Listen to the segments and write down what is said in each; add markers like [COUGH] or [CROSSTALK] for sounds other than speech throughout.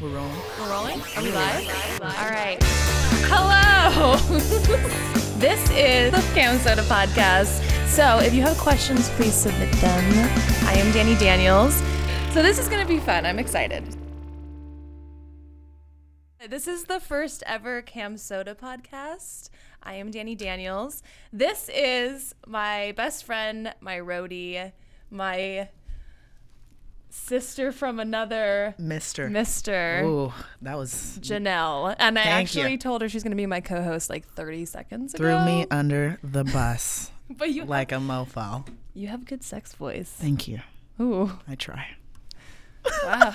We're rolling. We're rolling? Are we live? All right. Hello! [LAUGHS] this is the Cam Soda Podcast. So if you have questions, please submit them. I am Danny Daniels. So this is going to be fun. I'm excited. This is the first ever Cam Soda podcast. I am Danny Daniels. This is my best friend, my roadie, my sister from another, Mister. Mr. Ooh, that was Janelle. And I Mm. Thank actually you. told her she's going to be my co host like 30 seconds threw ago. me under the [LAUGHS] bus But you, like a mofo. you have a good sex voice. Thank you. Ooh. I try. [LAUGHS] Wow.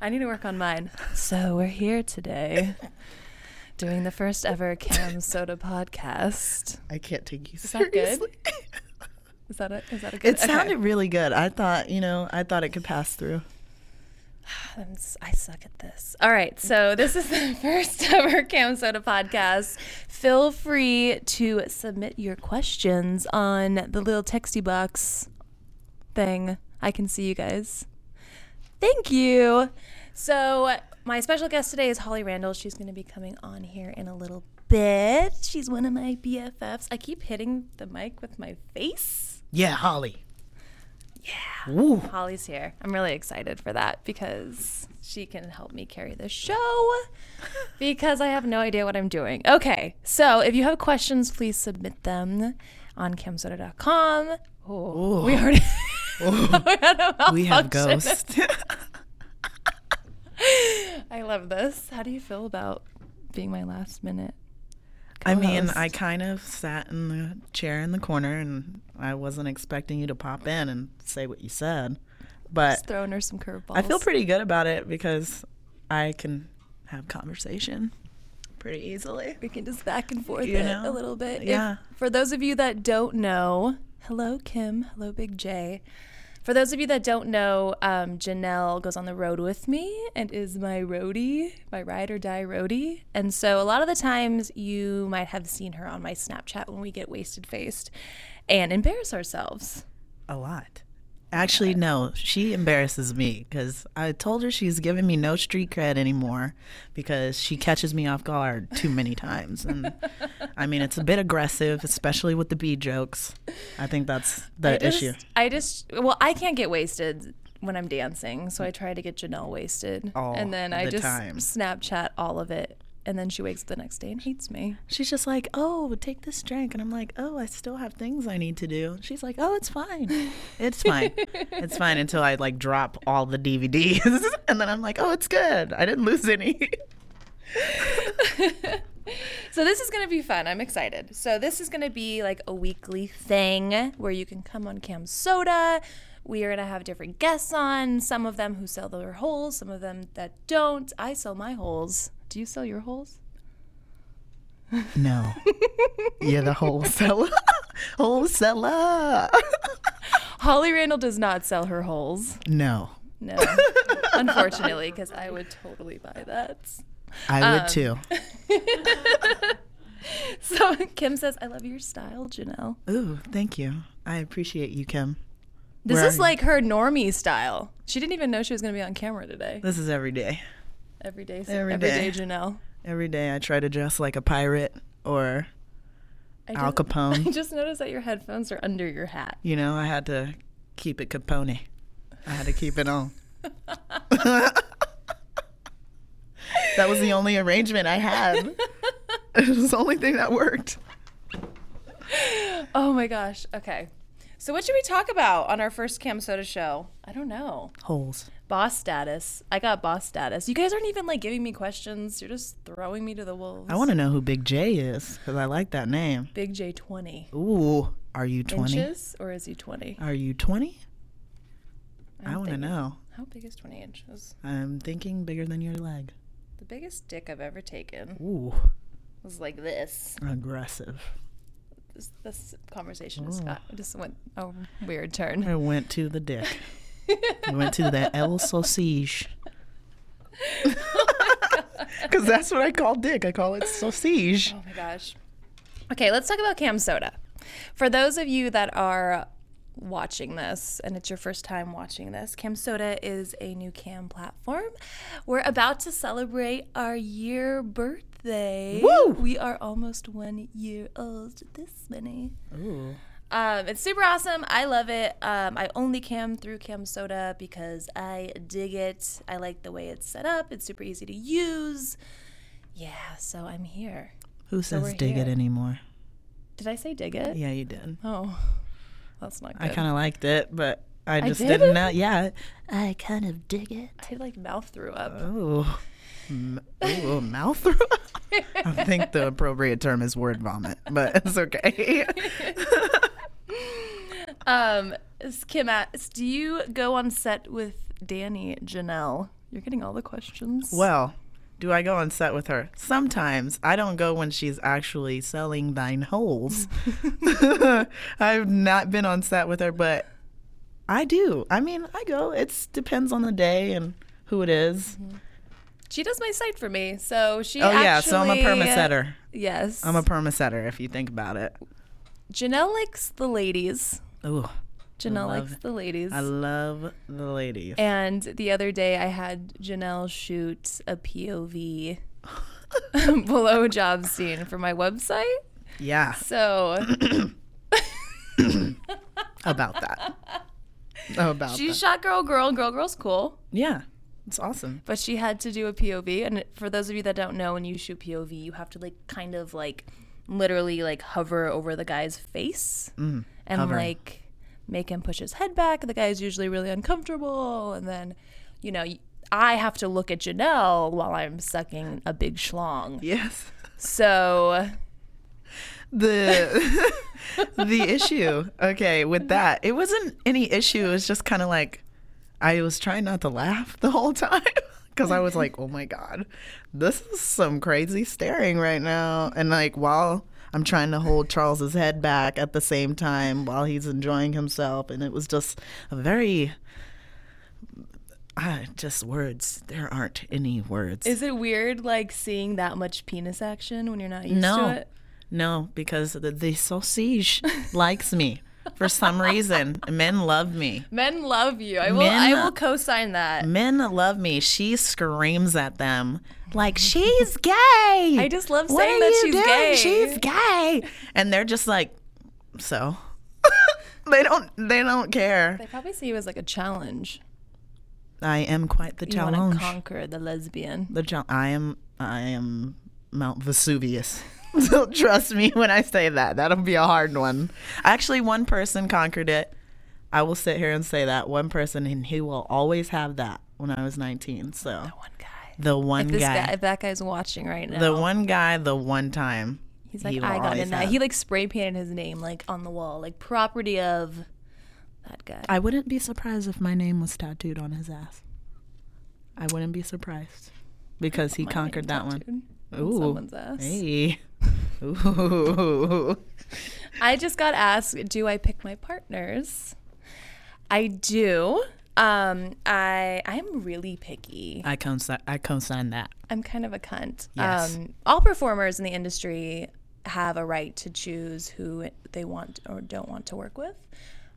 I need to work on mine. So we're [LAUGHS] here today doing the first ever Cam Soda podcast. I can't take you that good? [LAUGHS] seriously. Is that a, is that a good [LAUGHS] it sounded really good. I thought, you know, I thought it could pass through. I'm s- I suck at this. All right, so this is the [LAUGHS] first ever Cam Soda podcast. Feel free to submit your questions on the little texty box thing. I can see you guys. Thank you. So, my special guest today is Holly Randall. She's going to be coming on here in a little bit. She's one of my BFFs. I keep hitting the mic with my face. Yeah, Holly. Yeah. Woo. [LAUGHS] Holly's here. I'm really excited for that because she can help me carry the show because I have no idea what I'm doing. Okay, so if you have questions, please submit them on camsoda.com. Oh, we already. [LAUGHS] we, had a We have malfunction. ghosts. [LAUGHS] I love this. How do you feel about being my last minute? I mean, co-host? I kind of sat in the chair in the corner and I wasn't expecting you to pop in and say what you said. But Just throwing her some curveballs. I feel pretty good about it because I can have conversation pretty easily. [LAUGHS] we can just back and forth You it a know? little bit. If- Yeah. for those of you that don't know, hello Kim, hello Big J. For those of you that don't know, um, Janelle goes on the road with me and is my roadie, my ride or die roadie. And so a lot of the times you might have seen her on my Snapchat when we get wasted faced and embarrass ourselves. A lot. Actually, no, she embarrasses me because I told her she's giving me no street cred anymore because she catches me off guard too many times. And I mean, it's a bit aggressive, especially with the bee jokes. I think that's the I just- issue. I just well, I can't get wasted when I'm dancing, so I try to get Janelle wasted, All and then I Oh, the just time. Snapchat all of it, and then she wakes up the next day and hates me. She's just like, oh, take this drink. And I'm like, oh, I still have things I need to do. She's like, oh, it's fine. It's fine. it's [LAUGHS] fine until I like drop all the DVDs. [LAUGHS] and then I'm like, oh, it's good. I didn't lose any. So this is gonna be fun. I'm excited. So this is gonna be like a weekly thing where you can come on Cam Soda. We are gonna have different guests on. Some of them who sell their holes, some of them that don't. I sell my holes. Do you sell your holes? No. You're the [LAUGHS] wholesaler. wholesaler. Holly Randall does not sell her holes. no. [LAUGHS] No, unfortunately, because I would totally buy that. I would too. [LAUGHS] So Kim says, "I love your style, Janelle." [LAUGHS] Ooh, thank you. I appreciate you, Kim. This Where is are you? like her normie style. She didn't even know she was going to be on camera today. This is every day. Every day, Every every day, day. Janelle. Every day I try to dress like a pirate or I Al just, [LAUGHS] [LAUGHS] I Capone. just noticed that your headphones are under your hat. You know, I had to keep it Capone. I had to keep it [LAUGHS] on. that was the only arrangement I [LAUGHS] had. It was the only thing that worked. Oh my gosh. Okay. So what should we talk about on our first Cam Soda show? I don't know. Holes. Boss status. I got boss status. You guys aren't even like giving me questions. You're just throwing me to the wolves. I want to know who Big J is because I like that name. Big J 20. Ooh, are you 20? Inches or is he 20? Are you 20? I want to thinking- know. How big is 20 inches? I'm thinking bigger than your leg. The biggest dick I've ever taken Ooh, was like this. aggressive. This, this conversation just got just went a weird turn. I went to the dick. I went to the El [LAUGHS] Sausage. Because that's what I call dick. I call it sausage. Oh my gosh. Okay, let's talk about Cam Soda. For those of you that are watching this and it's your first time watching this, Cam Soda is a new cam platform. We're about to celebrate our year birthday. Woo! We are almost one year old this many. Ooh. Um, it's super awesome. I love it. Um, I only cam through Cam Soda because I dig it. I like the way it's set up. It's super easy to use. Yeah, so I'm here. Who says we're dig it here. anymore? Did I say dig it? Yeah, you did. Oh, that's not I good. kind of liked it, but I just did? didn't know. Yeah, I kind of dig it. I like mouth threw up. Oh, M- ooh, mouth through. [LAUGHS] Uh, [LAUGHS] I think the appropriate term is word vomit, but it's [LAUGHS] okay. Um, s- Kim asks, do you go on set with Danny Janelle? You're getting all the questions. well, do I go on set with her? Sometimes I don't go when she's actually selling thine [LAUGHS] holes. [LAUGHS] I've not been on set with her, but I do. I mean, I go. It depends on the day and who it is. Mm-hmm. She does my site for me, so she. Oh yeah, so I'm a actually- uh, perma setter. Yes, I'm a perma setter if you think about it. Janelle likes the ladies. Ooh, Janelle love likes the ladies. I love the ladies. And the other day, I had Janelle shoot [LAUGHS] a [LAUGHS] POV blowjob scene for my website. Yeah, So about that. [LAUGHS] About she that. shot Girl Girl, and Girl Girl's cool, Yeah, it's awesome. but she had to do a POV. And for those of you that don't know, when you shoot POV, you have to like kind of like literally like hover over the guy's face Mm, and hover. like make him push his head back. The guy's usually really uncomfortable, and then you know. I have to look at Janelle while I'm sucking a big schlong. [LAUGHS] Yes. So The [LAUGHS] the issue, okay, with that, it wasn't any issue. It was just kind of like I was trying not to laugh the whole time [LAUGHS] because I was like, oh my god, this is some crazy staring right now, and like while. I'm trying to hold Charles's head back at the same time while he's enjoying himself, and it was just a very, I just words. There aren't any words. Is it weird, like seeing that much penis action when you're not used No, to it? no, because the, the sausage likes me for some reason. Men love me. Men love you. I will. Men- Mm. I will co-sign that. Men love me. She screams at them like she's gay. I just love saying that she's gay." She's gay, and they're just like, so [LAUGHS] they don't they don't care. They probably see you as like a challenge. I am quite the You want challenge. to conquer the lesbian. the chal- I am I am Mount Vesuvius. [LAUGHS] So trust me when I say that. That'll be a hard one. Actually, one person conquered it. I will sit here and say that one person, and he will always have that. When I was 19, so One guy. the one This guy. guy, If that guy's watching right now, the one guy, the one time. he's like, he will I got always in that. have- He like spray painted his name like on the wall, like property of that guy. I wouldn't be surprised if my name was tattooed on his ass. I wouldn't be surprised because he conquered that one. Dude, Ooh, someone's ass. hey, [LAUGHS] ooh. I just got asked, do I pick my partners? I do. Um, I I'm really picky. I consign, I consign that. I'm kind of a cunt. Yes. Um, all performers in the industry have a right to choose who they want or don't want to work with.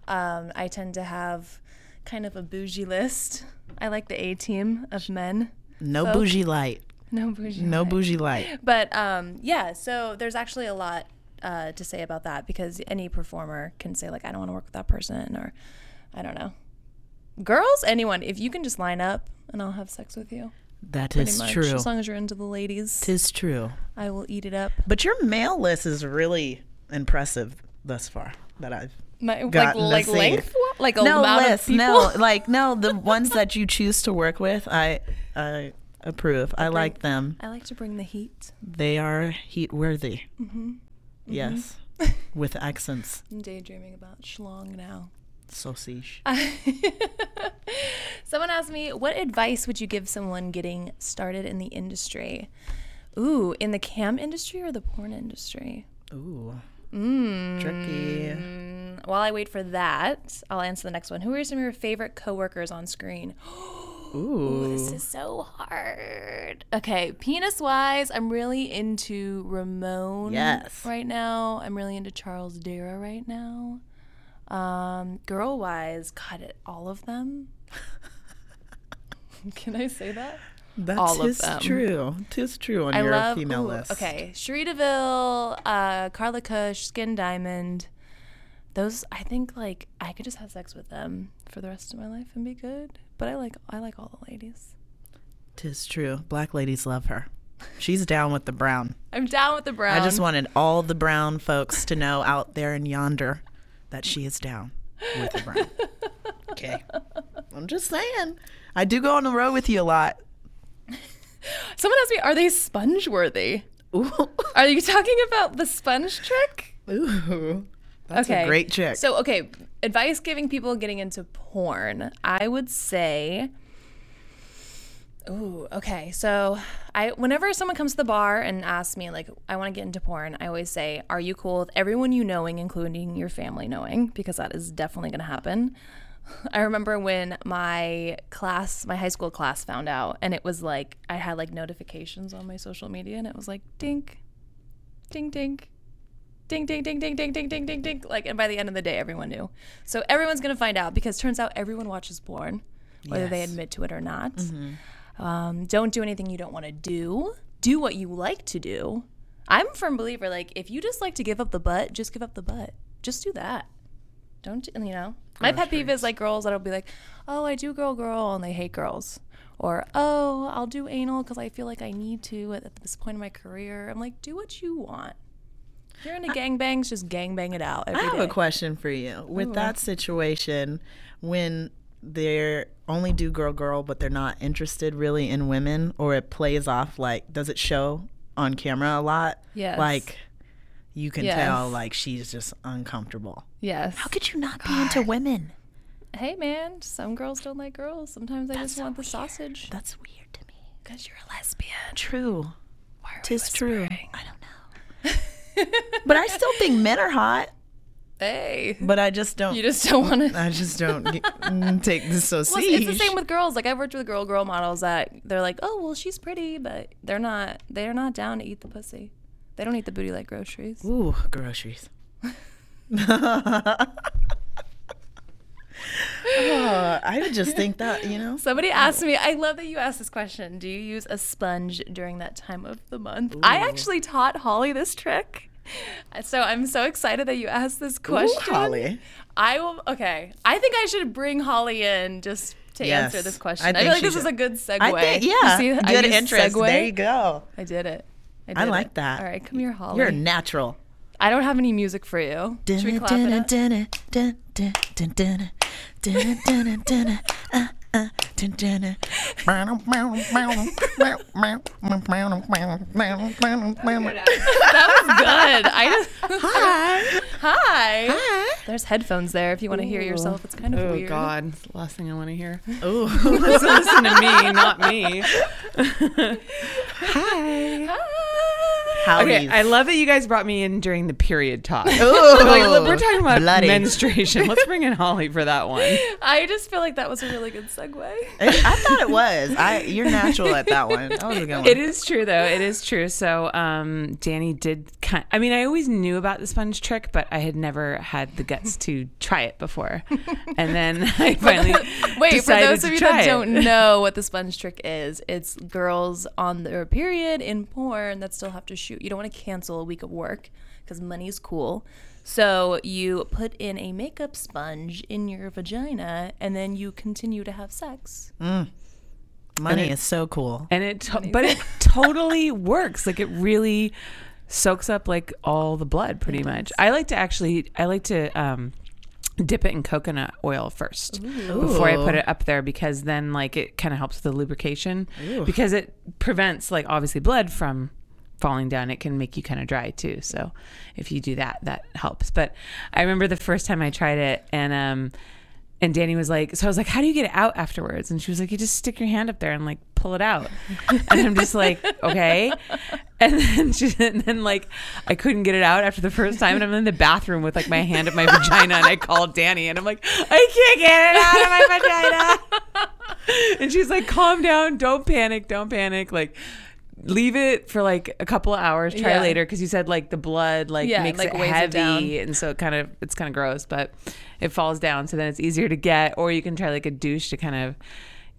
Um, I tend to have kind of a bougie list. I like the A team of men. [LAUGHS] No bougie light. No bougie. No bougie light. But um, yeah, so there's actually a lot uh, to say about that because any performer can say like, I don't want to work with that person, or I don't know. Girls, anyone, if you can just line up and I'll have sex with you. That pretty is much. true. As long as you're into the ladies, Tis true. I will eat it up. But your mail list is really impressive thus far that I've My like gotten to like see. length, like a no amount list, of people. no [LAUGHS] like no the ones that you choose to work with. I I approve. I like them. I like to bring the heat. They are heat worthy. Mm-hmm. [LAUGHS] Yes, with accents. I'm daydreaming about schlong now. Sausage. Ah. Someone asked me, what advice would you give someone getting started in the industry? Ooh, in the cam industry or the porn industry? Ooh. Mm. Tricky. While I wait for that, I'll answer the next one. Who are some of your favorite coworkers on screen? Ooh. This is so hard. Okay, penis wise, I'm really into Ramon Yes. right now. I'm really into Charles Dara right now. Um, girl wise, God, it- all of them. [LAUGHS] Can I say that? That's All of tis them. true. Tis true on I your love female ooh, list. Okay, Sheree Deville, uh, Carla Cush, Skin Diamond. Those I think like I could just have sex with them for the rest of my life and be good. But I like I like all the ladies. Tis true. Black ladies love her. She's down with the brown. I'm down with the brown. I just wanted all the brown folks to know out there and yonder that she is down with the brown. Okay. I'm just saying. I do go on the road with you a lot. Someone asked me, are they sponge worthy? Ooh. Are you talking about the sponge trick? [LAUGHS] Ooh. That's a great chick. So, okay, advice giving people getting into porn. I would say, ooh, okay. So, I whenever someone comes to the bar and asks me like, I want to get into porn, I always say, Are you cool with everyone you knowing, including your family knowing? Because that is definitely going to happen. [LAUGHS] I remember when my class, my high school class, found out, and it was like I had like notifications on my social media, and it was like, dink, ding, dink ding ding ding ding ding ding ding ding ding like and by the end of the day everyone knew so everyone's going to find out because turns out everyone watches porn whether they Yes. Mm-hmm. admit to it or not um, don't do anything you don't want to do do what you like to do i'm a firm believer like if you just like to give up the butt just give up the butt just do that don't you know my pet peeve is like girls that'll be like oh i do girl girl and they hate girls or oh i'll do anal because i feel like i need to at this point in my career i'm like do what you want if you're into gangbangs just gangbang it out every I day. have a question for you. With that situation, when they're only do girl girl, but they're not interested really in women, or it plays off like, does it show on camera a lot? Yes. Like, you can Yes. tell like she's just uncomfortable. yes How could you not be into women? hey man some girls don't like girls sometimes i just want the sausage That's weird to me. because you're a lesbian True. Why are we Tis true. whispering? I don't know. [LAUGHS] but I still think men are hot, hey but I just don't. you just don't want to [LAUGHS] I just don't get, mm, take this so Well, seriously. it's it's the same with girls. Like I've worked with girl girl models that they're like, oh well, she's pretty, but they're not. They're not down to eat the pussy. They don't eat the booty like groceries. Ooh, groceries. Oh, Uh, I would just think that, you know. Somebody asked me. I love that you asked this question. Do you use a sponge during that time of the month? I actually taught Holly this trick, [LAUGHS] so I'm so excited that you asked this [LAUGHS] question. Holly. I will. Okay, I think I should bring Holly in just to Yes. answer this question. I I, think feel like she this is should. a good segue. I think, You yeah. see, I good used interest. There segue? you go. I did it. I, did I like it. that. All right, come here, Holly. You're a natural. I don't have any music for you. Should we clap it up? [LAUGHS] That was good. I just, Hi. [LAUGHS] hi. There's headphones there if you want to hear yourself. It's kind of Oh weird. God, it's the last thing I want to [LAUGHS] hear. [LAUGHS] Ooh. Listen, listen to me, not me. Hi. Ah. How Okay, I love that you guys brought me in during the period [LAUGHS] talk. Ooh. Like, look, we're talking about Oh, Bloody. menstruation. Let's bring in Holly for that one. I just feel like that was a really good segue. [LAUGHS] I thought it was. I you're natural at that one. That was a [LAUGHS] good one. It is true though. It is true. So um, Danny did. Kind I mean, I always knew about the sponge trick, but I had never had the guts to try it before. And then [LAUGHS] I finally [LAUGHS] Wait, decided for those to of you try that [LAUGHS] it. don't know what the sponge trick is, it's girls on their period in porn that still have to shoot. You don't want to cancel a week of work because money's cool. So you put in a makeup sponge in your vagina and then you continue to have sex. Money is so cool. and it to- but it totally works like it really soaks up like all the blood pretty much i like to actually i like to um dip it in coconut oil first before i put it up there because then like it kind of helps with the lubrication because it prevents like obviously blood from falling down it can make you kind of dry too so if you do that that helps but i remember the first time i tried it and um and Danny was like, so I was like, how do you get it out afterwards? And she was like, you just stick your hand up there and like pull it out. and I'm [LAUGHS] just like, okay. And then she, and then like, I couldn't get it out after the first time. And I'm in the bathroom with like my hand at my vagina and I called Danny and I'm like, I can't get it out of my vagina. and she's like, calm down. Don't panic. Don't panic. Like, leave it for like a couple of hours. Try Yeah. later because you said like the blood like Yeah, makes like, it weighs it heavy, down. and so it kind of it's kind of gross, but it falls down, so then it's easier to get. Or you can try like a douche to kind of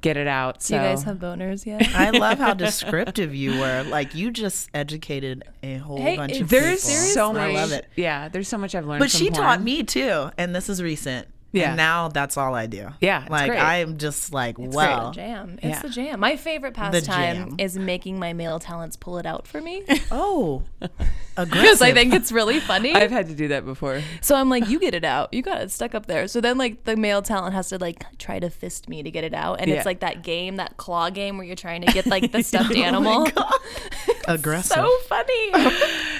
get it out. So Do you guys have boners [LAUGHS] yet? [LAUGHS] I love how descriptive you were. Like you just educated a whole Hey, bunch it's- of there's people. so I much. love it. Yeah, there's so much I've learned. But from she taught porn. me too, and this is recent. Yeah. And now that's all I do. Yeah, it's Like great. I am just like, It's wow. the jam. It's Yeah. the jam. My favorite pastime jam. is making my male talents pull it out for [LAUGHS] me [LAUGHS] Oh, because aggressive. I [LAUGHS] think it's really funny. I've had to do that before. so I'm like, you get it out. You got it stuck up there. So then like the male talent has to like try to fist me to get it out, and Yeah. Oh it's like that game, that claw game where you're trying to get like [LAUGHS] the stuffed animal. [LAUGHS] aggressive. so funny. [LAUGHS]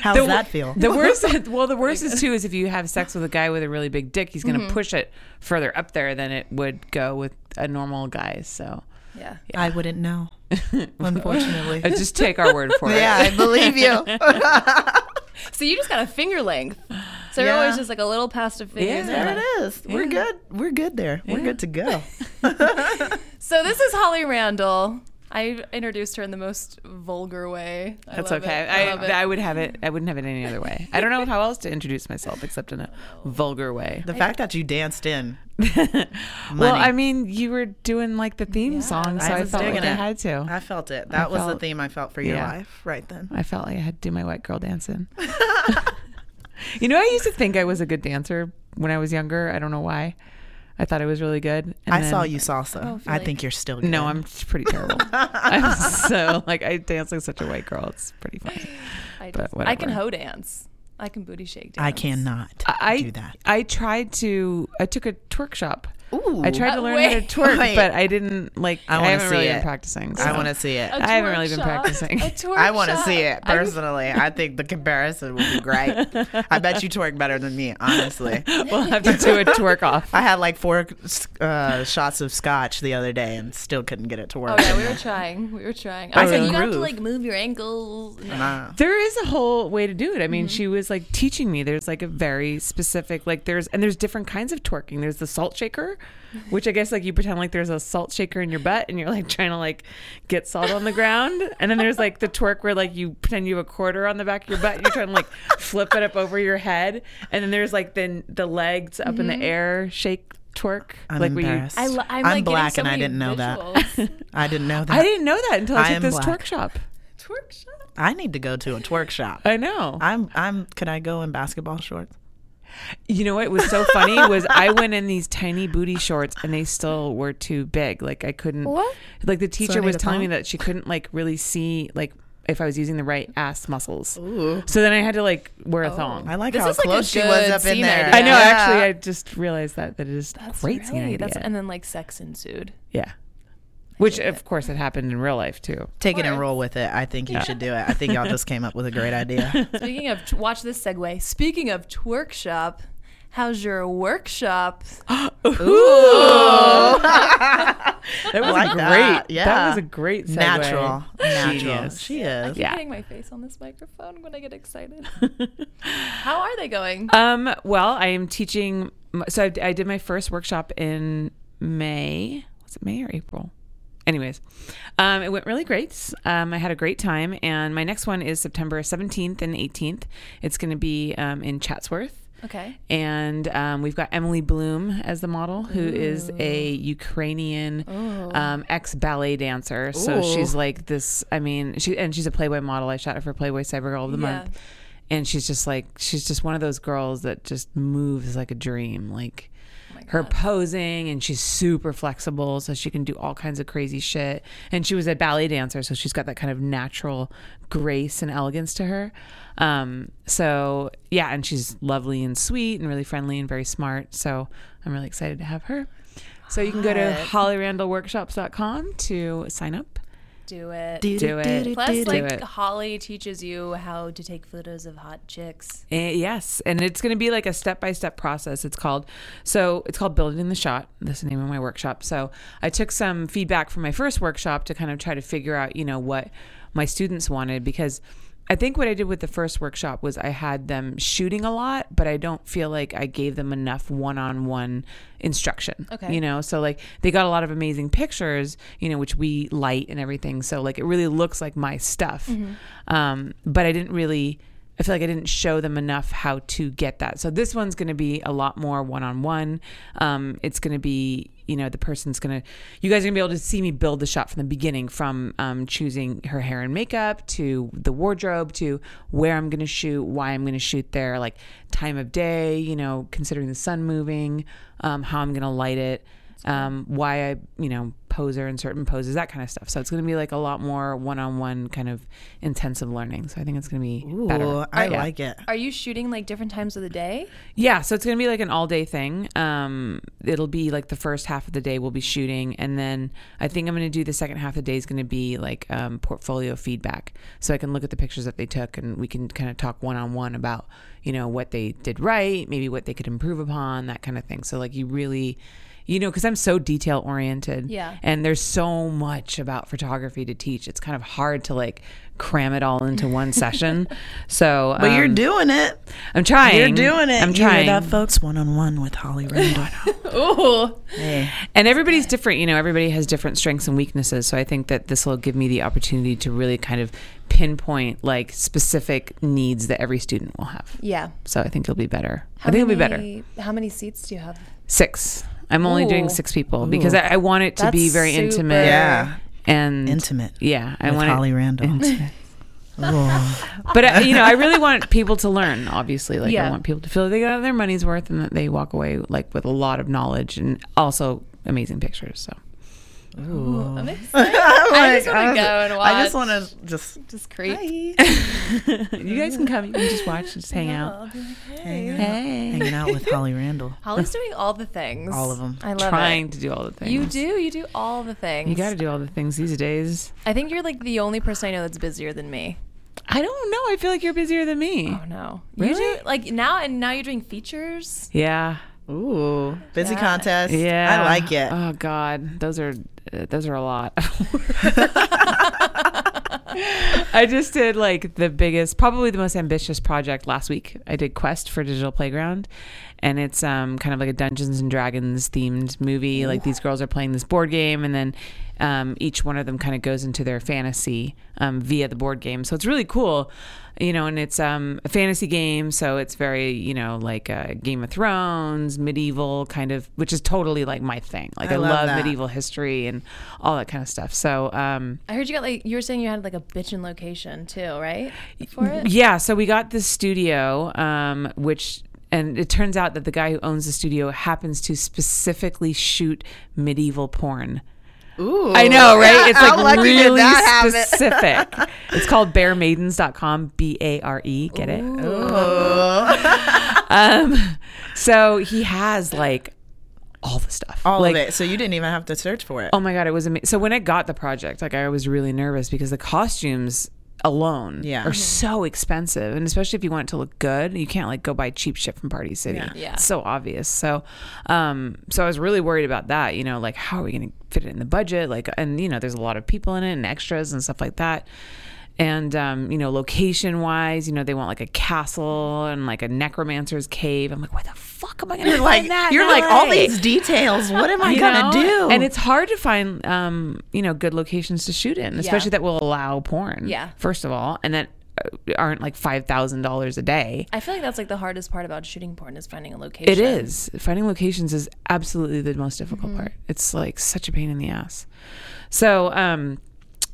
How does that feel? The [LAUGHS] worst, well, the worst is too is if you have sex with a guy with a really big dick, he's Mm-hmm. going to push it further up there than it would go with a normal guy. So yeah. I wouldn't [LAUGHS] know, unfortunately. uh, just take our word [LAUGHS] for yeah, it. I believe [LAUGHS] you. So you just got a finger length. So Yeah. you're always just like a little past a finger. Yeah. There it is. We're good. We're good there. We're good to [LAUGHS] go. So this is Holly Randall. I introduced her in the most vulgar way. I That's love it. okay. I, I, love it. I, would have it. I wouldn't have it any other way. I don't know how else to introduce myself except in a vulgar way. The fact that you danced in. Well, Money. I mean, you were doing like the theme song, so I, was felt like digging I it. had to. I felt it. That was the felt- theme I felt for your yeah. life right then. I felt like I had to do my white girl dancing. [LAUGHS] you know, I used to think I was a good dancer when I was younger. I don't know why. I thought I was really good. And I then- saw you salsa. Oh, feel I like- think you're still good. [LAUGHS] No, I'm pretty terrible. [LAUGHS] I'm so like I dance like such a white girl. It's pretty funny. I, but just- I can whatever. hoe dance. I can booty shake dance. I cannot I do that. I tried to. I took a twerk shop. Ooh. I tried to Uh, learn how to wait. twerk, Wait. but I didn't like. I I, wanna haven't see really it. been practicing. So. I want to see it. A I haven't twerk really been shot. practicing. A twerk I want to shot. see it I would- personally. I think the comparison would be [LAUGHS] great. I bet you twerk better than me, honestly. [LAUGHS] We'll have to [LAUGHS] do a twerk off. I had like four uh, shots of scotch the other day and still couldn't get it to work. Oh yeah, we were trying. We were trying. I I was like, can you have to groove. like move your ankles. Nah. There is a whole way to do it. I mean, she was like teaching me. There's like a very specific like there's and there's different kinds of twerking. There's the salt shaker, which I guess like you pretend like there's a salt shaker in your butt and you're like trying to like get salt on the ground. And then there's like the twerk where like you pretend you have a quarter on the back of your butt and you're trying to like flip it up over your head. And then there's like then the legs up in the air shake twerk. I'm like where you- embarrassed. I I lo- I'm, am like, getting black so and I many didn't know that. visuals. [LAUGHS] I didn't know that. I didn't know that until I, I took am this black. twerk shop. twerk shot. I need to go to a twerk shop. I know. I'm I'm can I go in basketball shorts? You know what was so [LAUGHS] funny was I went in these tiny booty shorts and they still were too big. Like I couldn't. What? Like the So I teacher need was a telling me pump? that she couldn't like really see like if I was using the right ass muscles. So then I had to like wear a thong. Oh, I like This how is like a close she was good up in scene there. idea. I know. Yeah. Actually, I just realized that that is That's great scene really- idea. That's and then like sex ensued. yeah. Which of course it happened in real life too. Take it and roll with it. I think you should do it. I think y'all just came up with a great idea. Speaking of, watch this segue. Speaking of twerk shop, how's your workshop? That was like [LAUGHS] a great. that, Uh, yeah. That was a great segue. Natural. Natural. Genius. She I is. keep Yeah. hitting my face on this microphone when I get excited. [LAUGHS] How are they going? Um, well, I am teaching. m- So I, I did my first workshop in May. Was it May or April? Anyways, um, it went really great. Um, I had a great time, and my next one is September 17th and 18th. It's going to be um, in Chatsworth. Okay. And um, we've got Emily Bloom as the model, who is a Ukrainian um, ex ballet dancer. So Ooh. she's like this. I mean, she and she's a Playboy model. I shot her for Playboy Cybergirl of the Yeah. Month, and she's just like she's just one of those girls that just moves like a dream. Like her posing, and she's super flexible, so she can do all kinds of crazy shit. And she was a ballet dancer, so she's got that kind of natural grace and elegance to her. Um, so yeah, and she's lovely and sweet and really friendly and very smart. So I'm really excited to have her. So you can go to hollyrandallworkshops.com to sign up. Do it. Do it. Plus, Do like it. Holly teaches you how to take photos of hot chicks. Eh, yes, and it's going to be like a step-by-step process. It's called so it's called building the shot. That's the name of my workshop. So I took some feedback from my first workshop to kind of try to figure out, you know, what my students wanted because I think what I did with the first workshop was I had them shooting a lot, but I don't feel like I gave them enough one-on-one instruction. Okay. You know, so like they got a lot of amazing pictures, you know, which we light and everything. So like it really looks like my stuff. Um, but I didn't really I feel like I didn't show them enough how to get that. So this one's going to be a lot more one-on-one. Um, it's going to be you know the person's gonna you guys are gonna be able to see me build the shot from the beginning from um, choosing her hair and makeup to the wardrobe to where i'm gonna shoot why i'm gonna shoot there like time of day you know considering the sun moving um, how i'm gonna light it um, why i you know pose her in certain poses that kind of stuff so it's gonna be like a lot more one-on-one kind of intensive learning so i think it's gonna be Ooh, better Oh, I Yeah. like it. Are you shooting like different times of the day? Yeah, so it's gonna be like an all day thing. Um, it'll be like the first half of the day we'll be shooting, and then I think I'm gonna do the second half of the day is gonna be like um, portfolio feedback, so I can look at the pictures that they took, and we can kind of talk one on one about you know what they did right, maybe what they could improve upon, that kind of thing. So like you really. You know, because I'm so detail oriented, Yeah. and there's so much about photography to teach. It's kind of hard to like cram it all into one session. So, But you're um, doing it. I'm trying. You're doing it. I'm You hear trying. that, folks. One on one with Holly [LAUGHS] Randall. Ooh. hey. And everybody's different, you know, everybody has different strengths and weaknesses. So I think that this will give me the opportunity to really kind of pinpoint like specific needs that every student will have. Yeah. So I think it'll be better. How I think it'll be better. many- How many seats do you have? Six. I'm only Ooh. doing six people because I, I want it to be That's very super- Uh, intimate. Yeah. And Intimate. Yeah. I with want Holly it. Randall. [LAUGHS] Ooh. But, uh, you know, I [LAUGHS] really want people to learn, obviously. Like, Yeah. I want people to feel they got their money's worth and that they walk away like with a lot of knowledge and also amazing pictures. So. I'm excited. I just want to go and watch. I just want to just just creep. [LAUGHS] You guys can come. You can just watch, just hang out. hang out, Hey. hanging out with Holly Randall. Oh. Holly's doing all the things. All of 'em. I love Trying to do all the it. things. You do. You do all the things. You got to do all the things these days. I think you're like the only person I know that's busier than me. I don't know. I feel like you're busier than me. Oh no. You Really? do like now, and now you're doing features. Yeah. [LAUGHS] Ooh, busy Yeah. contest. Yeah. I like it. Oh God, those are uh, those are a lot. [LAUGHS] I just did like the biggest, probably the most ambitious project last week. I did Quest for Digital Playground, and it's um, kind of like a Dungeons and Dragons themed movie. Like these girls are playing this board game, and then um, each one of them kind of goes into their fantasy um, via the board game. So it's really cool, you know. And it's um, a fantasy game, so it's very you know like uh, Game of Thrones, medieval kind of, which is totally like my thing. Like I I, love love, that. medieval history and all that kind of stuff. So. Um, I heard you got like you were saying you had like a bitchin' location too, right? For it. [LAUGHS] Yeah, so we got this studio, um, which and it turns out that the guy who owns the studio happens to specifically shoot medieval porn. Ooh, I [LAUGHS] know, right? It's How like lucky did really that happen? specific. [LAUGHS] it's called bearmaidens.com, B A R E. Get it? um, so he has like all the stuff. All like, of it. So you didn't even have to search for it. Oh my god, it was amazing. So when I got the project, like I was really nervous because the costumes alone Yeah. are Mhm. so expensive, and especially if you want it to look good, you can't like go buy cheap shit from Party City. Yeah. Yeah. It's so obvious. So, um, so I was really worried about that. You know, like how are we going to fit it in the budget? Like, and you know, there's a lot of people in it and extras and stuff like that. And um, you know, location wise, you know, they want like a castle and like a necromancer's cave. I'm like, where the fuck am I going [LAUGHS] to You're like find that? in you're like all LA? these details. What am I [LAUGHS] you gonna know? do? And it's hard to find, um, you know, good locations to shoot in, especially that will allow porn. Yeah. First of all, and that uh, aren't like five thousand dollars a day. I feel like that's like the hardest part about shooting porn is finding a location. It is finding locations is absolutely the most difficult Mm-hmm. part. It's like such a pain in the ass. So, um,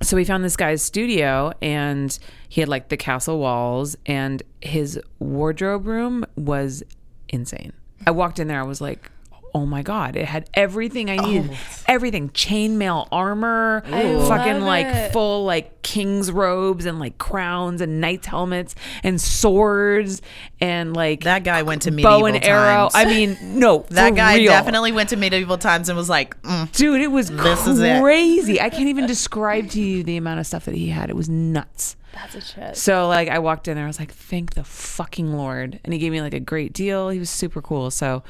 so we found this guy's studio, and he had like the castle walls, and his wardrobe room was insane. I walked in there, I was like. Oh my God! It had everything I needed. Everything: chainmail armor, Ooh. fucking Oh. love like it. full like king's robes and like crowns and knights' helmets and swords and like that guy went to medieval bow and arrow. times. I mean, no, [LAUGHS] that for guy real. definitely went to medieval times and was like, mm, Dude, it was This is it. crazy. I can't even [LAUGHS] describe to you the amount of stuff that he had. It was nuts. That's a shit. So like, I walked in there. I was like, "Thank the fucking lord!" And he gave me like a great deal. He was super cool. So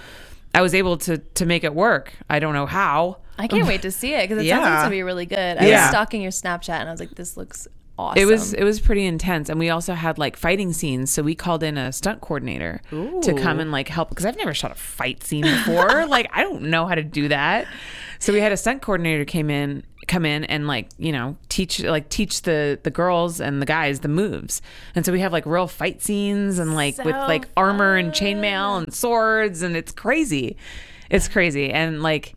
I was able to to make it work. I don't know how. I can't wait to see it because it sounds like Yeah. it's gonna be really good. I was Yeah. stalking your Snapchat and I was like, this looks awesome. It [LAUGHS] was it was pretty intense, and we also had like fighting scenes. So we called in a stunt coordinator to come and like help because I've never shot a fight [LAUGHS] scene before. like I don't know how to do that. So we had a stunt coordinator came in come in and like you know teach like teach the the girls and the guys the moves. And so we have like real fight scenes and like with So like armor and chainmail and swords, and it's crazy. It's crazy, and like,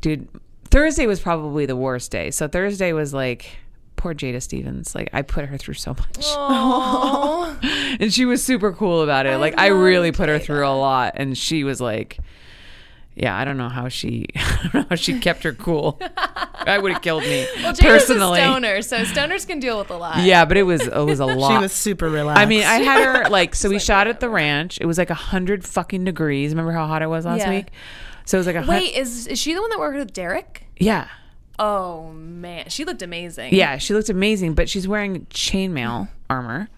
dude, Thursday was probably the worst day. So Thursday was like poor Jada Stevens. Like I put her through so much, Oh. Aw. [LAUGHS] and she was super cool about it. like I love really put her through a lot, and she was like, "Yeah, I don't know how she, [LAUGHS] I don't know how she kept her cool. I would have killed me [LAUGHS] Jada's personally. a stoner, so stoners can deal with a lot. Yeah, but it was [LAUGHS] it was a lot. She was super relaxed. I mean, I had her like so we shot at the ranch. It was like a hundred fucking degrees. Remember how hot it was last Yeah. week? So it was like a hun- Wait, is is she the one that worked with Derek? yeah. Oh man, she looked amazing. Yeah, she looked amazing, but she's wearing chainmail armor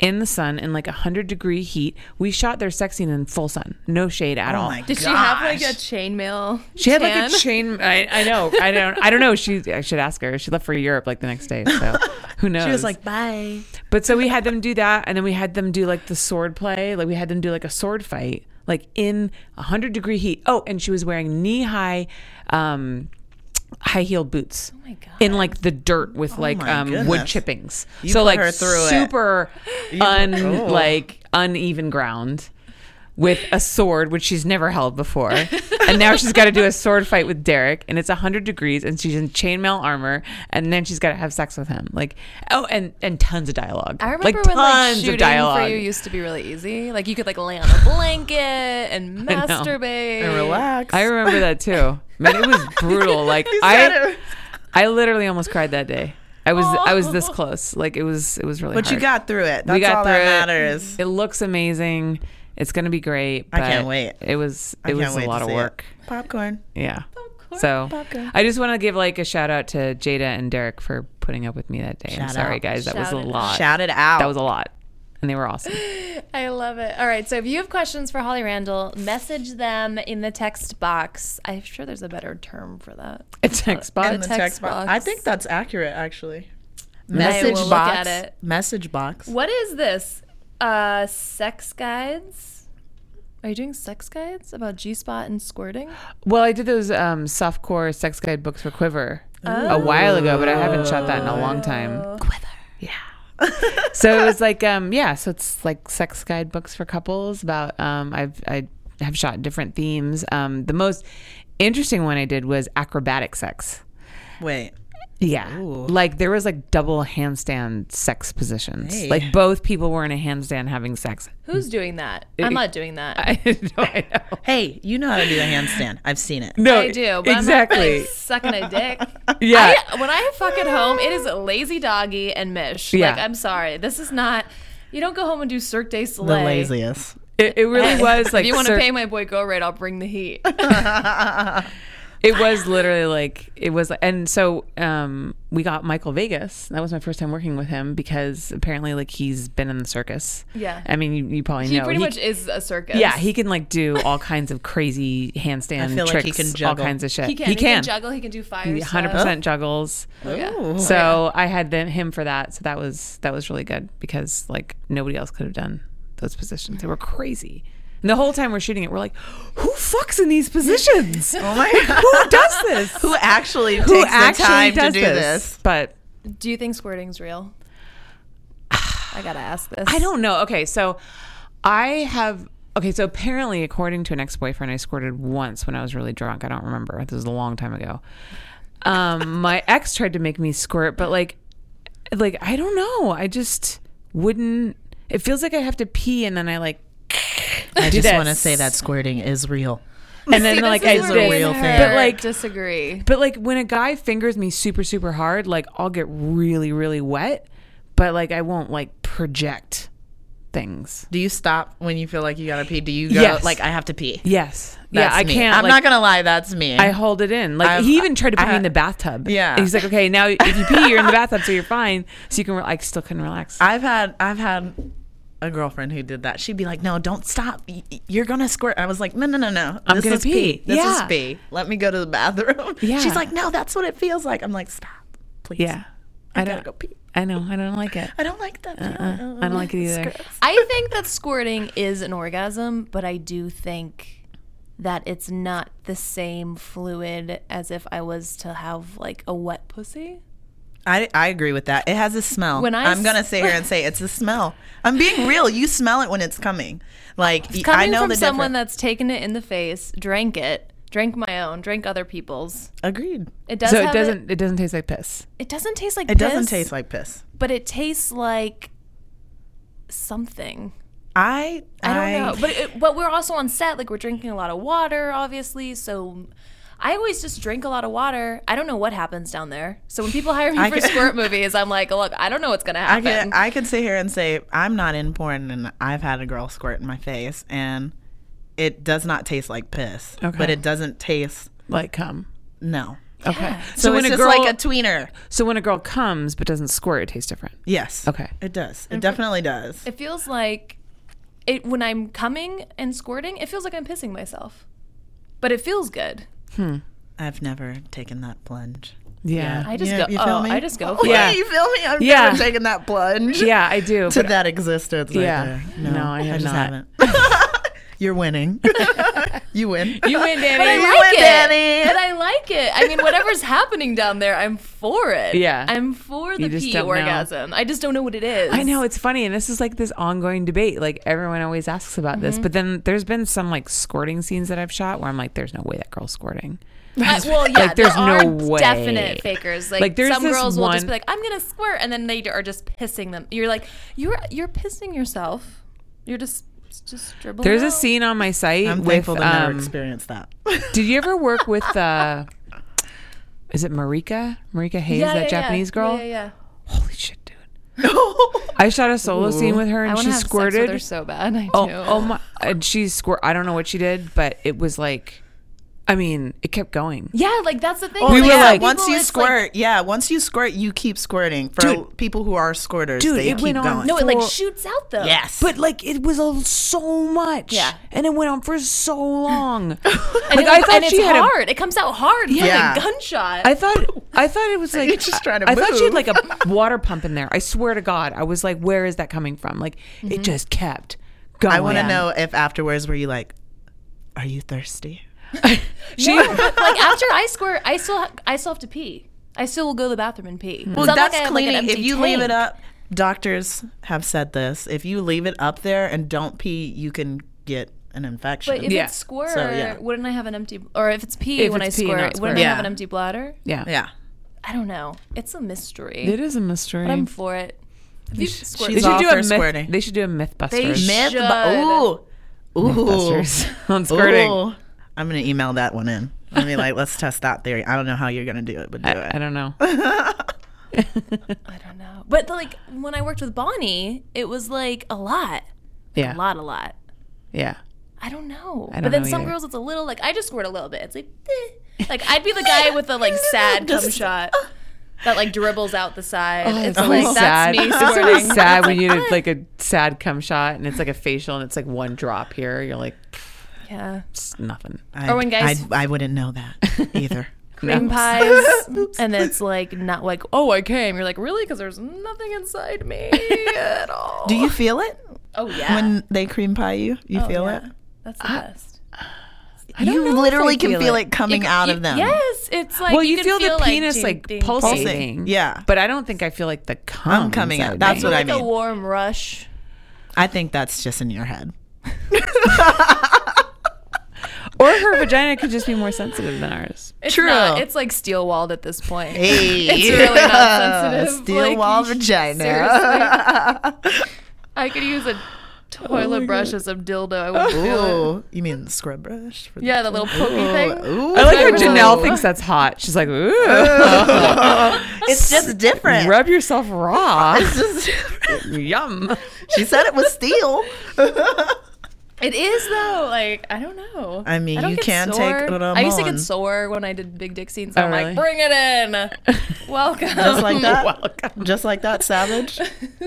in the sun in like a hundred degree heat. We shot their sex scene in full sun, no shade at all. Oh my Did she have like a chainmail? She had like tan? a chain. I, I know. I don't. I don't know. She. I should ask her. She left for Europe like the [LAUGHS] next day. So who knows? She was like, bye. But so we had them do that, and then we had them do like the sword play. Like we had them do like a sword fight, like in a hundred degree heat. Oh, and she was wearing knee high, um, high heel boots. Oh my God. In like the dirt with like Oh my um wood goodness. chippings. You so put like her through it. [GASPS] super un oh. like uneven ground. With a sword, which she's never held before, and now she's got to do a sword fight with Derek, and it's hundred degrees, and she's in chainmail armor, and then she's got to have sex with him. Like, oh, and and tons of dialogue. I remember when like shooting for you used to be really easy. Like you could like lay on [LAUGHS] a blanket and know. masturbate. And relax. I remember that too. Man, it was [LAUGHS] brutal. Like said I, it. I literally almost cried that day. I was I [LAUGHS] was this close. Like it was it was really. But you hard. got through it. That's we got all through that it. matters. It looks amazing. It's gonna be great. I can't but wait. It was I it was can't a wait lot to of see it. work. Popcorn. Yeah. So I just want to give like a shout out to Jada and Derek for putting up with me that day. I'm Shout sorry out. guys, that was a Shout it out. lot. Shout it out. That was a lot, and they were [LAUGHS] awesome. I love it. All right. So if you have questions for Holly Randall, message them in the text box. I'm sure there's a better term for that. A text In box. the text text box. box. I think that's accurate, actually. will Message look box. at it. Message box. What is this? Uh, sex guides? Are you doing sex guides about G spot and squirting? Well, I did those um, softcore sex guide books for Quiver a while ago, but I haven't shot that in a long Oh. time. Quiver. [LAUGHS] Yeah. so it was like, um, yeah, so it's like sex guide books for couples about, um, I've, I have shot different themes. Um, the most interesting one I did was acrobatic sex. Wait. Yeah. Like there was like double handstand sex positions. Like both people were in a handstand having sex. [LAUGHS] Who's doing that? I'm not doing that. I, know, I know. Hey, you know how to do the handstand. I've seen it. No, I do, but I'm not exactly. like, [LAUGHS] sucking a dick. [LAUGHS] Yeah. I, when I fuck at home, it is lazy doggy and mish. Like Yeah. I'm sorry, this is not. You don't go home and do Cirque du The [LAUGHS] Soleil. laziest. It, it really was like [LAUGHS] if you want to cer- pay my boy go rate, I'll bring the [LAUGHS] heat. It was literally like it was, and so um, we got Michael Vegas. That was my first time working with him because apparently, like, he's been in the circus. Yeah. I mean, you, you probably He know. pretty He- much is a circus. yeah, he can like do all kinds of crazy handstand I feel like tricks, he can all juggle. kinds of shit. he can. He can juggle. He can do fire. He 100% juggles. Ooh. [LAUGHS] So I had them him for that. So that was that was really good because like nobody else could have done those positions. They were crazy. And the whole time we're shooting it, we're like, who fucks in these positions? [LAUGHS] Oh my God. who does this? Who actually who takes actually the time does to do this? But stuff. Do you think squirting's real? I gotta ask this. I don't know. Okay, so I have. Okay, so apparently, according to an ex-boyfriend, I squirted once when I was really drunk. I don't remember. This was a long time ago. Um, [LAUGHS] my ex tried to make me squirt, but like, like I don't know. I just wouldn't. It feels like I have to pee, and then I like, I do just this. want to say that squirting is real. and then See, like I this is is where a did. we real with thing. her But like, disagree. But like when a guy fingers me super super hard, like I'll get really really wet, but like I won't like project things. Do you stop when you feel like you gotta pee? Do you go Yes. like I have to pee? Yes. That's yeah, I me. can't. I'm like, not gonna lie. That's me. I hold it in. Like I've- he even tried to put I me ha- in the bathtub. Yeah. He's like, okay, now if you pee, you're in the bathtub, so you're fine. So you can. Re- I still couldn't relax. I've had I've had a girlfriend who did that. She'd be like, "No, don't stop. Y- y- You're gonna squirt." I was like, "No, no, no, no. I'm gonna is pee. pee." This is Yeah. pee. Let me go to the bathroom." [LAUGHS] Yeah. She's like, "No, that's what it feels like." I'm like, "Stop, please. yeah. I, gotta go pee." I know. I don't like it. I don't like that. Uh, I don't like it either. I think that squirting is an orgasm, but I do think that it's not the same fluid as if I was to have like a wet pussy. I, I agree with that. It has a smell. When I I'm gonna s- sit here and say it's a smell. I'm being real. You smell it when it's coming. Like y- Coming I know from the someone difference. that's taken it in the face, drank it, drank my own, drank other people's. agreed. It does. so it have doesn't. It. doesn't taste like piss. It, doesn't taste like. It doesn't piss, taste like piss. But it tastes like something. I I don't know. But it, but we're also on set. Like we're drinking a lot of water, obviously. So I always just drink a lot of water. I don't know what happens down there. So when people hire me I for get- squirt movies, I'm like, look, I don't know what's gonna I happen. could I could sit here and say I'm not in porn and I've had a girl squirt in my face and it does not taste like piss. Okay. But it doesn't taste Like cum. no. Okay. So, when it's a just girl, like a tweener. so when a girl comes but doesn't squirt, it tastes different. Yes. Okay. It does. It definitely does. it feels like it when I'm coming and squirting. It feels like I'm pissing myself, but it feels good. I've never taken that plunge. Yeah. I just You- go. you feel oh, me? I just go. Oh, For Yeah. It. you feel me? I've Yeah. never taken that plunge. Yeah, I [LAUGHS] do. to but that existence. Right Yeah. there. No, I have just not. haven't. [LAUGHS] You're winning. [LAUGHS] you win. you win, But I You Danny. like win, it. Danny. But I like it. I mean, whatever's happening down there, I'm for it. Yeah. I'm for the You just pee don't know. orgasm. I just don't know what it is. I know it's funny, and this is like this ongoing debate. Like everyone always asks about Mm-hmm. this, but then there's been some like squirting scenes that I've shot where I'm like, "There's no way that girl's squirting." I- Uh, well, yeah, Like, there's there are no way. definite fakers. Like, Like, there's some this girls will just one- be like, "I'm gonna squirt," and then they are just pissing them. You're like, you're you're pissing yourself. You're just just dribbling. There's a out. scene on my site I'm with. thankful to never um, experience that. did you ever work with? Uh, is it Marika? Marika Hayes, Yeah, that yeah, yeah. Japanese girl. Yeah, yeah. yeah. Holy shit, dude! [LAUGHS] I shot a solo scene with her, I and want to she have sex with her squirted. so bad. [LAUGHS] I Oh, do. oh my! And she squirt. I don't know what she did, but it was like, I mean, it kept going. Yeah, like that's the thing. We were Oh, yeah, like- once people, you it's like- squirt, yeah, once you squirt, you keep squirting. For Dude. people who are squirters, Dude, they it keep went on. going. no, it like for- shoots out though. yes, But like it was all so much. Yeah. And it went on for [LAUGHS] so long. like and, it- I thought and she it's had a hard. it comes out hard. Yeah, Yeah. like a gunshot. I thought I thought it was like You're just trying to I, I thought she had move. like a water pump in there. I swear to God. I was like, where is that coming from? Like Mm-hmm. it just kept going. I want to know if afterwards were you like, are you thirsty? She [LAUGHS] like after I squirt, I still ha- I still have to pee. I still will go to the bathroom and pee. Well, It's not like that's I have, like, an cleaning. if empty you leave it tank. up, doctors have said this. If you leave it up there and don't pee, you can get an infection. But if Yeah. it's squirt, So, yeah. wouldn't I have an empty? Or if it's pee If when it's I pee, squirt, not squirt. wouldn't I have an Yeah. empty bladder? [LAUGHS] Yeah. yeah, I don't know. It's a mystery. It is a mystery. But I'm for it. If you squirt, she's they should all do for a myth, squirting. They should do a Mythbusters. myth. should. But, ooh, ooh. Mythbusters [LAUGHS] on squirting. Ooh. I'm gonna email that one in. I mean, like, let's test that theory. I don't know how you're gonna do it, but do it. I, I don't know. I don't know. But like when I worked with Bonnie, it was like a lot, a Yeah. lot, a lot. Yeah. I don't know. don't but then know some either. girls, it's a little like I just squirt a little bit. It's like, eh. like I'd be the guy with the [LAUGHS] like sad cum shot that like dribbles out the side. it's uh. like Oh, It's really that's sad. me [LAUGHS] It's really squirting. [LAUGHS] sad when you do like a sad cum shot and it's like a facial and it's like one drop here. You're like Yeah, it's nothing. I'd- Or when guys- I'd- I wouldn't know [LAUGHS] that either. cream pies, and it's like not like oh I came. You're like really because there's nothing inside me at all. Do you feel it Oh yeah, when they cream pie you? You Oh, feel yeah. it? That's the best. You know if literally I can feel feel it. it coming out You- of them. Yes, it's like well, you, can feel, the like, penis ding, like ding, pulsating. Pulsing, yeah. But I don't think I feel like the cum. Oh, I'm coming out. inside That's me. what I Like a mean. warm rush. I think that's just in your head. Or her vagina could just be more sensitive than ours. It's True. Not, it's like steel walled at this point. Hey, [LAUGHS] [LAUGHS] It's [LAUGHS] really not sensitive. Steel Like, wall you should- [LAUGHS] vagina. Oh seriously. I could use a toilet brush as a dildo. I would feel it. Ooh, you mean scrub brush? For the- Yeah, the little pokey thing. Ooh. I like how Ooh. Janelle thinks that's hot. She's like, ooh, [LAUGHS] It's just different. rub yourself [LAUGHS] raw. It's just [LAUGHS] different. [LAUGHS] Yum. she said it was steel. It is though. Like I don't know. I mean, don't you get can sore. take what I'm I used to on. get sore when I did big dick scenes. Oh, I'm really? like, bring it [LAUGHS] in. [LAUGHS] Welcome. Just like that. Welcome. Just like that, savage. [LAUGHS]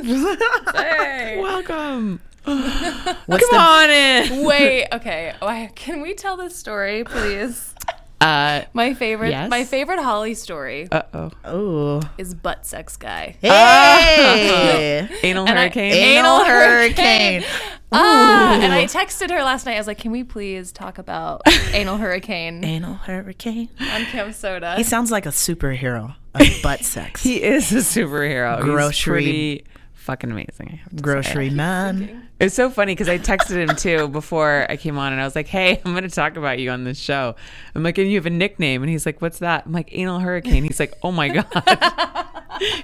Hey. [LAUGHS] Welcome. What's Come on in. Wait. Okay. Why, can we tell this story, please? Uh My favorite, Yes. my favorite Holly story oh. Oh, is butt sex guy. Ah. hey, Anal And I- hurricane. anal hurricane. Ah, and I texted her last night. I was like, "Can we please [LAUGHS] talk about anal hurricane Anal hurricane. on Cam Soda?" He sounds like a superhero [LAUGHS] of butt sex. he is a superhero. He's Grocery- pretty fucking amazing. I have to say. Grocery man. It's so funny because I texted him too [LAUGHS] before I came on, and I was like, "Hey, I'm going to talk about you on this show." I'm like, "And you have a nickname?" And he's like, "What's that?" I'm like, "Anal Hurricane." He's like, "Oh my [LAUGHS] god."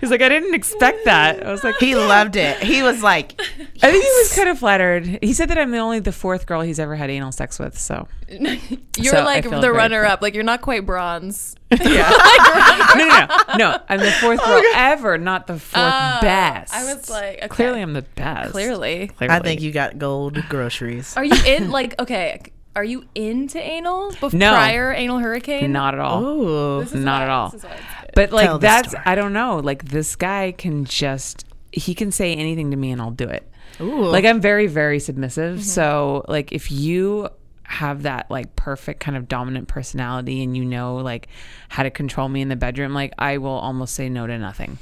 he's like, "I didn't expect that." I was like, [LAUGHS] He loved it. He was like, I think he was kind of flattered. He said that I'm the only the fourth girl he's ever had anal sex with. So [LAUGHS] You're So I like feel the grateful. runner-up. Like you're not quite bronze. yeah, no, no, no, no. I'm the fourth girl ever, not the fourth Oh, best. I was like, okay. clearly I'm the best. Clearly. I think you got gold groceries. Are you in like [LAUGHS] okay? Are you into anal before No. prior anal hurricane? not at all. Oh, This is not why- at all. this is why it's good. But like Tell the that's story. I don't know. Like this guy can just he can say anything to me and I'll do it. Ooh. Like I'm very very submissive. Mm-hmm. So like if you have that like perfect kind of dominant personality and you know like how to control me in the bedroom, like I will almost say no to nothing.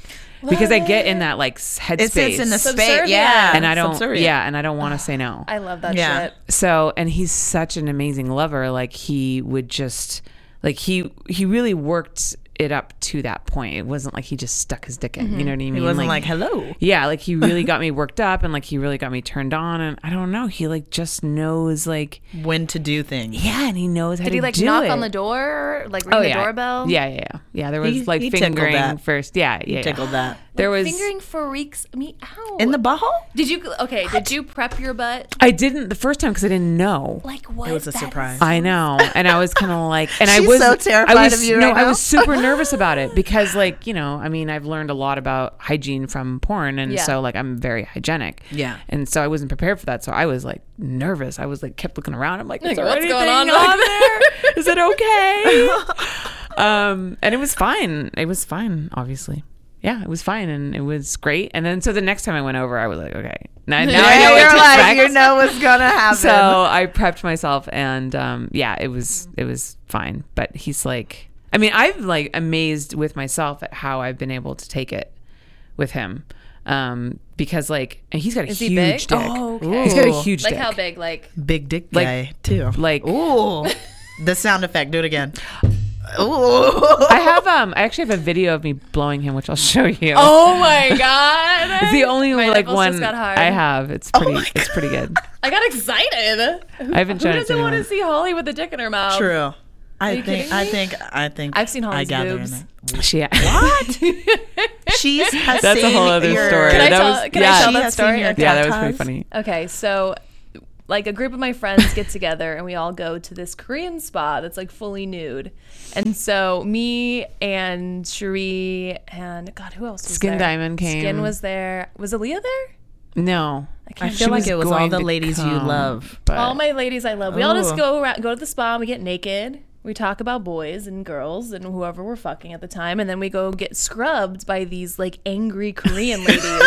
Because I get in that like s- headspace. it's, it's in the space. Subservient. Yeah. and I don't Subservient. yeah, and I don't want to say no. I love that Yeah. shit. So, and he's such an amazing lover. Like he would just, like he he really worked it up to that point. It wasn't like he just stuck his dick in. You know what I mean? He wasn't like, hello. yeah, like he [LAUGHS] really got me worked up and like he really got me turned on. And I don't know, he like just knows like When to do things. yeah, and he knows how Did to he like do knock it. on the door? Like ring Oh, the yeah. doorbell? Yeah, yeah, yeah. Yeah, there was He- like he tickled fingering that. first. Yeah, yeah, yeah. Tickled that. There was Fingering freaks me out. In the butthole? did you okay? Did you prep your butt? I didn't the first time because I didn't know. Like what? was a That surprise. is- I know, and I was [LAUGHS] kind of like, and I She's was so terrified I was, of you No, right I now. was super [LAUGHS] nervous about it because, like, you know, I mean, I've learned a lot about hygiene from porn, and Yeah. so like I'm very hygienic. Yeah. and so I wasn't prepared for that, so I was like nervous. I was like kept looking around. I'm like, is Like, there what's anything going on on over [LAUGHS] there? [LAUGHS] Is it okay? um, and it was fine. It was fine, obviously. Yeah, it was fine, and it was great. And then so the next time I went over, I was like, okay, now, now I Yeah, know what you're to like, expect. you know what's gonna happen. [LAUGHS] So I prepped myself, and um, yeah, it was it was fine. But he's like, I mean, I'm like amazed with myself at how I've been able to take it with him, um, because like and he's got a Is huge he big? dick. Oh, okay. He's got a Ooh. huge Like dick. how big? [LAUGHS] Like big dick Like- guy too. like- [LAUGHS] ooh, the sound effect. Do it again. Ooh, I have um, I actually have a video of me blowing him, which I'll [LAUGHS] show you. oh my god! It's [LAUGHS] the only My like nipples one just got hard. Oh I have. It's pretty. it's pretty good. I got excited. I haven't Who shown it to doesn't want to anyone. see Holly with a dick in her mouth? true. I Oh. you think. kidding I me? think. I think. I've seen I Holly's gather in boobs. it. [LAUGHS] She, What? [LAUGHS] she [LAUGHS] has That's a seen whole other your- story. Can I that tell- was, can I yeah, tell She that has seen story? your yeah, that was pretty tatas. funny. Okay, so like a group of my friends get together and we all go to this Korean spa that's like fully nude. And so me and Cherie and God, who else was Skin there? Diamond came. Skin was there. Was Aaliyah there? No, I She feel like was it was all going the to ladies you come, love. but All my ladies I love. We all just Ooh. go around, go to the spa, and we get naked. We talk about boys and girls and whoever we're fucking at the time, and then we go get scrubbed by these like angry [LAUGHS] Korean ladies.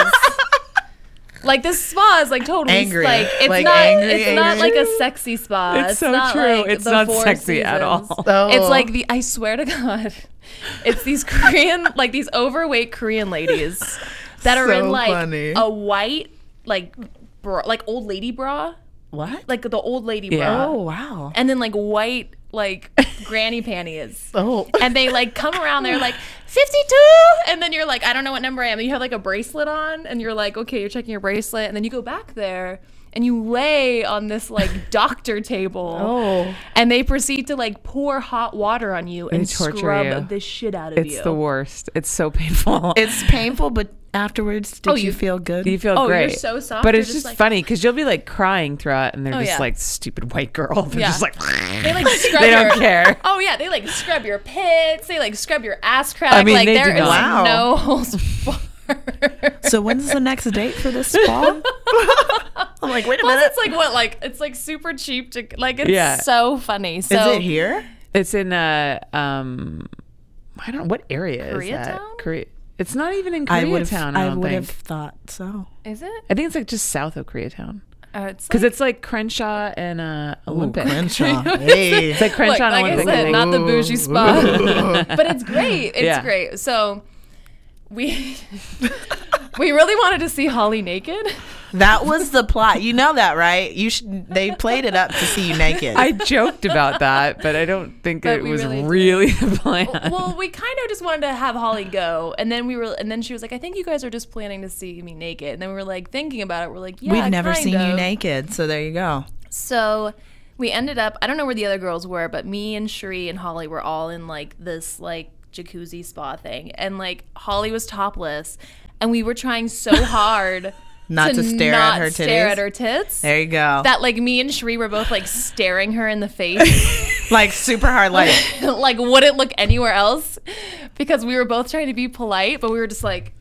like this spa is like totally Angry. like it's Like, not angry, it's not angry. like a sexy spa. It's so not true. like It's the not Four sexy at Seasons. [LAUGHS] all. Oh. It's like the I swear to God, it's these Korean like these overweight Korean ladies that are in So like funny. a white like bra like old lady bra what? like the old lady Yeah. bra, Oh wow. and then like white like granny panties. Oh. And they like come around, they're like 52, and then you're like, I don't know what number I am. And you have like a bracelet on, and you're like, okay, you're checking your bracelet, and then you go back there and you lay on this [LAUGHS] like doctor table, Oh. and they proceed to like pour hot water on you and torture scrub you. the shit out of It's you. the worst. It's [LAUGHS] so painful. It's painful, but afterwards, did Oh, you, you- feel good? [LAUGHS] you feel Oh, you're great. so soft. But You're it's just just, like- funny because you'll be like crying throughout, and they're Oh, just yeah. like stupid white girl. [LAUGHS] They're Yeah. just like they like scrub [LAUGHS] they don't your- care. Oh yeah, they like scrub your pits. They like scrub your ass crack. mean, like they there do is not. no [LAUGHS] holes barred. so when's the next date for this spa? I'm like, wait a Plus, minute. it's like what, like it's like super cheap to like. It's Yeah. so funny. So Is it here? It's in uh um, I don't know what area is that. Koreatown? Korea. It's not even in I would Koreatown. have. I, I don't would think. have thought so. is it? I think it's like just south of Koreatown. Uh, it's because like- it's like Crenshaw and uh, Olympic. [LAUGHS] Crenshaw. Hey. It's like Look, Crenshaw like and I Olympic. said, thing. not the bougie spa, [LAUGHS] but it's great. It's Yeah. great. So we we really wanted to see Holly naked. [LAUGHS] that was the plot. You know that, right? You should, they played it up to see you naked. I joked about that, but I don't think But it we was really really, did. the plan. well, we kind of just wanted to have Holly go, and then we were, and then she was like, "I think you guys are just planning to see me naked." And then we were like thinking about it. We're like, "Yeah, We've never kind seen you of." naked, so there you go. So we ended up, I don't know where the other girls were, but me and Sheree and Holly were all in like this like jacuzzi spa thing. And like Holly was topless and we were trying so hard Not to stare at not her stare titties? at her tits. There you go. That like me and Sheree were both like staring her in the face, [LAUGHS] like super hard, like like wouldn't look anywhere else, because we were both trying to be polite, but we were just like,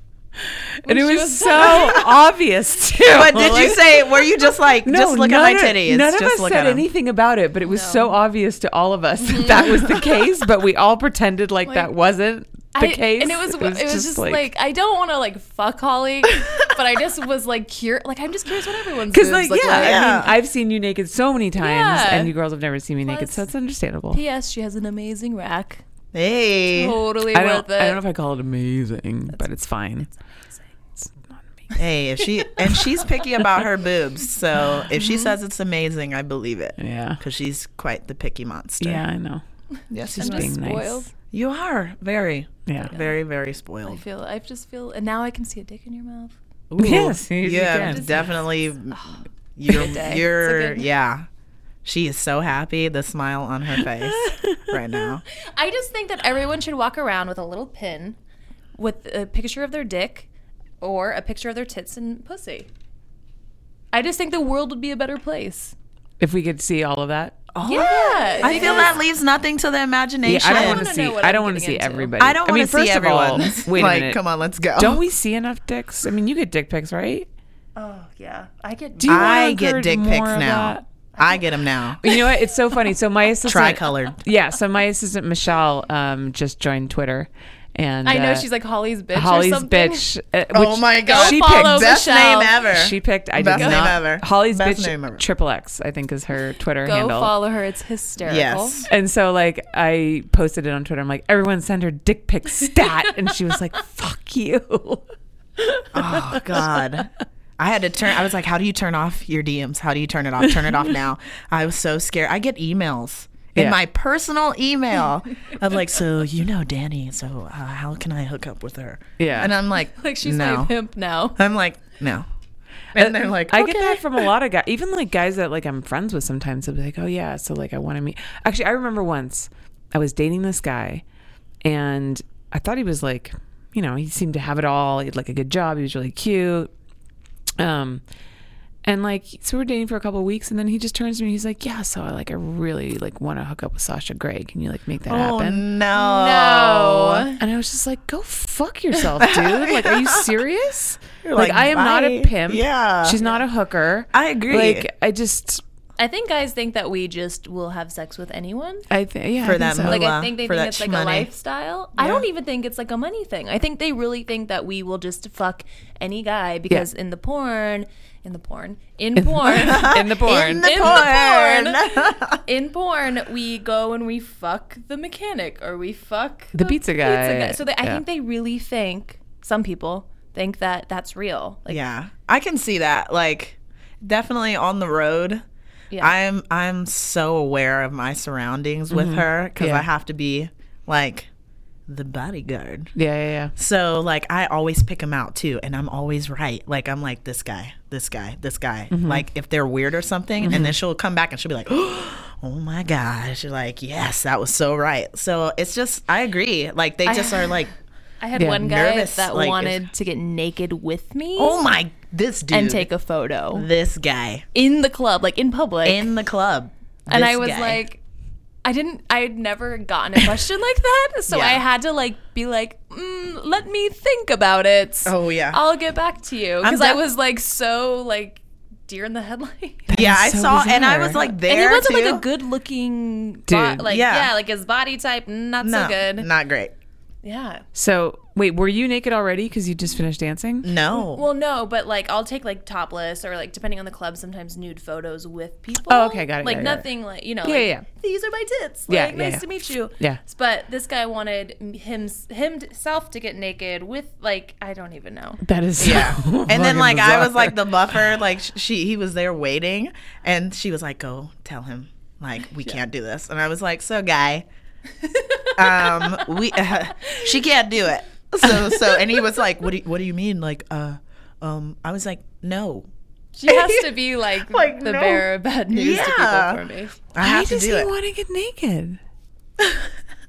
and it she was, was- so [LAUGHS] obvious too. But did you say? Were you just like, No, just look at none my of- titties? None of just us look said at 'em." anything about it, but it was so obvious to all of us Mm-hmm. that that was the case. But we all pretended like, that wasn't the I- case. And it was it was just, like, I don't want to like fuck Holly, but I just was like cur like I'm just curious what everyone's because boobs like yeah, look like. I Yeah. mean, I've seen you naked so many times, Yeah. and you girls have never seen me naked, Plus- so it's understandable. P.S. She has an amazing rack. Hey, Totally I worth don't, it. I don't know if I call it amazing, but it's fine. hey. If [LAUGHS] she and she's picky about her boobs, so if she says it's amazing, I believe it. Yeah. because she's quite the picky monster. Yeah, I know. yes, you I'm She's are. just being nice. spoiled. you are very, Yeah. very, very I spoiled. feel. I just feel. And now I can see a dick in your mouth. Ooh, Yes, you you have can. definitely. [LAUGHS] You're, day. It's a you're, good- yeah. She is so happy. The smile on her [LAUGHS] [LAUGHS] face right now. I just think that everyone should walk around with a little pin, with a picture of their dick, or a picture of their tits and pussy. I just think the world would be a better place. If we could see all of that, yeah, I feel that leaves nothing to the yeah, imagination. I don't want wanna to know see. what I I'm don't want to getting see into. everybody. I don't want mean, to see first of all, everyone. Wait like, a minute. come on, let's go. Don't we see enough dicks? I mean, you get dick pics, right? Oh yeah, I get. Do you wanna I get encourage dick more pics of now. that? I get them now. You know what? It's so funny. So my assistant, Tricolored. yeah. So my assistant Michelle um, just joined Twitter, and I know uh, she's like Holly's bitch. Holly's or something. [LAUGHS] bitch. uh, which Oh my God. She Go follow picked. Best Michelle. name ever. She picked. I Best did name not. ever. Holly's Best bitch. name ever. Triple X. I think is her Twitter Go handle. follow her. It's hysterical. Yes. And so like I posted it on Twitter. I'm like, everyone send her dick pic stat, and she was like, "Fuck you." Oh God. I had to turn. I was like, "How do you turn off your DMs? How do you turn it off? Turn it off [LAUGHS] now." I was so scared. I get emails Yeah. in my personal email of like, "So you know Danny? So uh, how can I hook up with her?" Yeah. and I'm like, [LAUGHS] Like she's no." my pimp now. I'm like, "No," and they're like, I "Okay." get that from a lot of guys, even like guys that like I'm friends with sometimes. They'll be like, oh yeah, so like I want to meet. Actually, I remember once I was dating this guy, and I thought he was like, you know, he seemed to have it all. He had like a good job. He was really cute. Um, and like so we were dating for a couple of weeks, and then he just turns to me. He's like, yeah, so I like I really like want to hook up with Sasha Gray. Can you like make that Oh happen? no! And I was just like, go fuck yourself, [LAUGHS] dude. Like, are you serious? like, like, I am not a bye. pimp. Yeah. She's not a hooker. I agree. Like, I just, I think guys think that we just will have sex with anyone. I think, yeah. For I think that so. money. Like I Moolah think they for think that it's like a shmoney. lifestyle. I don't even think it's like a money thing. I think they really think that we will just fuck any guy because in the porn, in the porn, in porn, [LAUGHS] in the porn. [LAUGHS] In the In the porn. [LAUGHS] [LAUGHS] in porn, we go and we fuck the mechanic or we fuck The pizza guy. So they, I Yeah. think they really think some people think that that's real. Like yeah, I can see that. Like, definitely on the road. Yeah. I'm I'm so aware of my surroundings with Mm-hmm. her because Yeah. I have to be like the bodyguard. yeah, yeah, yeah. So like I always pick them out too, and I'm always right. Like I'm like this guy, this guy, this guy. Mm-hmm. Like if they're weird or something, and then she'll come back and she'll be like, "Oh my gosh!" You're like, "Yes, that was so right." So it's just I agree. Like they just are [SIGHS] like, I had Yeah. one guy Nervous, that like, if- wanted to get naked with me "Oh my, this dude and take a photo this guy in the club, like in public. in the club." and This I was guy." like, I didn't, I had never gotten a question like that, so Yeah. I had to like be like, mm, let me think about it. "Oh yeah." I'll get back to you because I def- was like so like deer in the headlight. [LAUGHS] yeah, I so saw, and I bizarre. was like, and there he wasn't too. like a good looking Dude. like yeah. Yeah. like his body type not no, so good. not great. Yeah, So Wait, were you naked already because you just finished dancing? No. Well, no, but like I'll take like topless or like depending on the club, sometimes nude photos with people. Oh, okay, got it, Like got it, got it. nothing like you know. Yeah, like, yeah, yeah. These are my tits. Like, Yeah, yeah, Nice yeah. to meet you. Yeah. But this guy wanted m- him himself to get naked with like I don't even [LAUGHS] know. That [LAUGHS] is Yeah. and then like I was like like. the buffer, like sh- she he was there waiting, and she was like, "Go tell him, like we can't do this." And I was like, "So guy, [LAUGHS] um, we [LAUGHS] uh, she can't do it." So so and he was like, "What do you, what do you mean?" Like uh, um, I was like, "No, She has to [LAUGHS] be like, Like, the no. bearer of bad news Yeah. to people for me. I have to does do he it." want to [LAUGHS] get naked?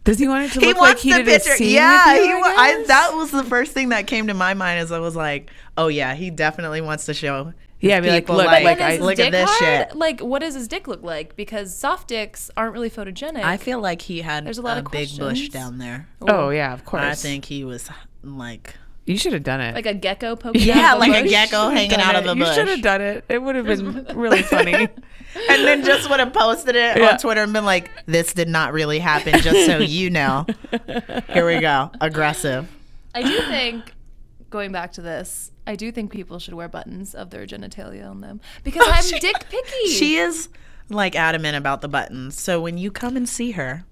Does he want it to he look like wants he the did picture. a scene yeah, with you, he. I Wa- I, guess? that was the first thing that came to my mind as I was like, "Oh yeah, he definitely wants to show." Yeah, be like, people, look, like, look, Is I- his look at dick this hard? shit. Like, what does his dick look like? Because soft dicks aren't really photogenic. I feel like he had There's a lot a of big bush questions. down there. Oh yeah, of course. I think he was like, you should have done it. like a gecko poking. yeah, out of a like a bush. gecko hanging out of the you bush, should have done it. It would have been really [LAUGHS] funny. [LAUGHS] and then just would have posted it Yeah. on Twitter and been like, "This did not really happen," just [LAUGHS] so you know. Here we go, aggressive. I do think going back to this, I do think people should wear buttons of their genitalia on them because I'm dick picky. Oh, [LAUGHS] She is like adamant about the buttons, so when you come and see her,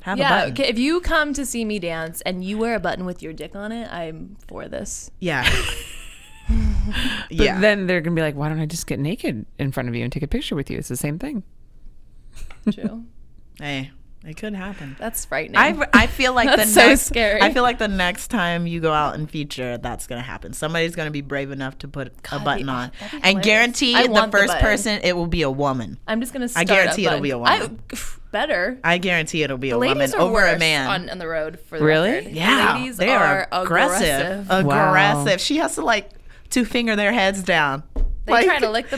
have a yeah, button. okay, if you come to see me dance and you wear a button with your dick on it, I'm for this. Yeah. [LAUGHS] But yeah. then they're gonna be like, why don't I just get naked in front of you and take a picture with you? It's the same thing. [LAUGHS] True. hey, it could happen. That's frightening. [LAUGHS] I, I feel like That's the so next, scary. I feel like the next time you go out in feature, that's gonna happen. Somebody's gonna be brave enough to put a button be- on, that'd be and hilarious. guarantee I the want the first button. person it will be a woman. I'm just gonna. Start guarantee a it'll be a button. woman. I, better. I guarantee it'll be a woman Ladies are over worse a man. on, on the road for the Really? record. yeah, Ladies they are are, aggressive. Aggressive. Wow. She has to like two finger their heads down. They try to lick the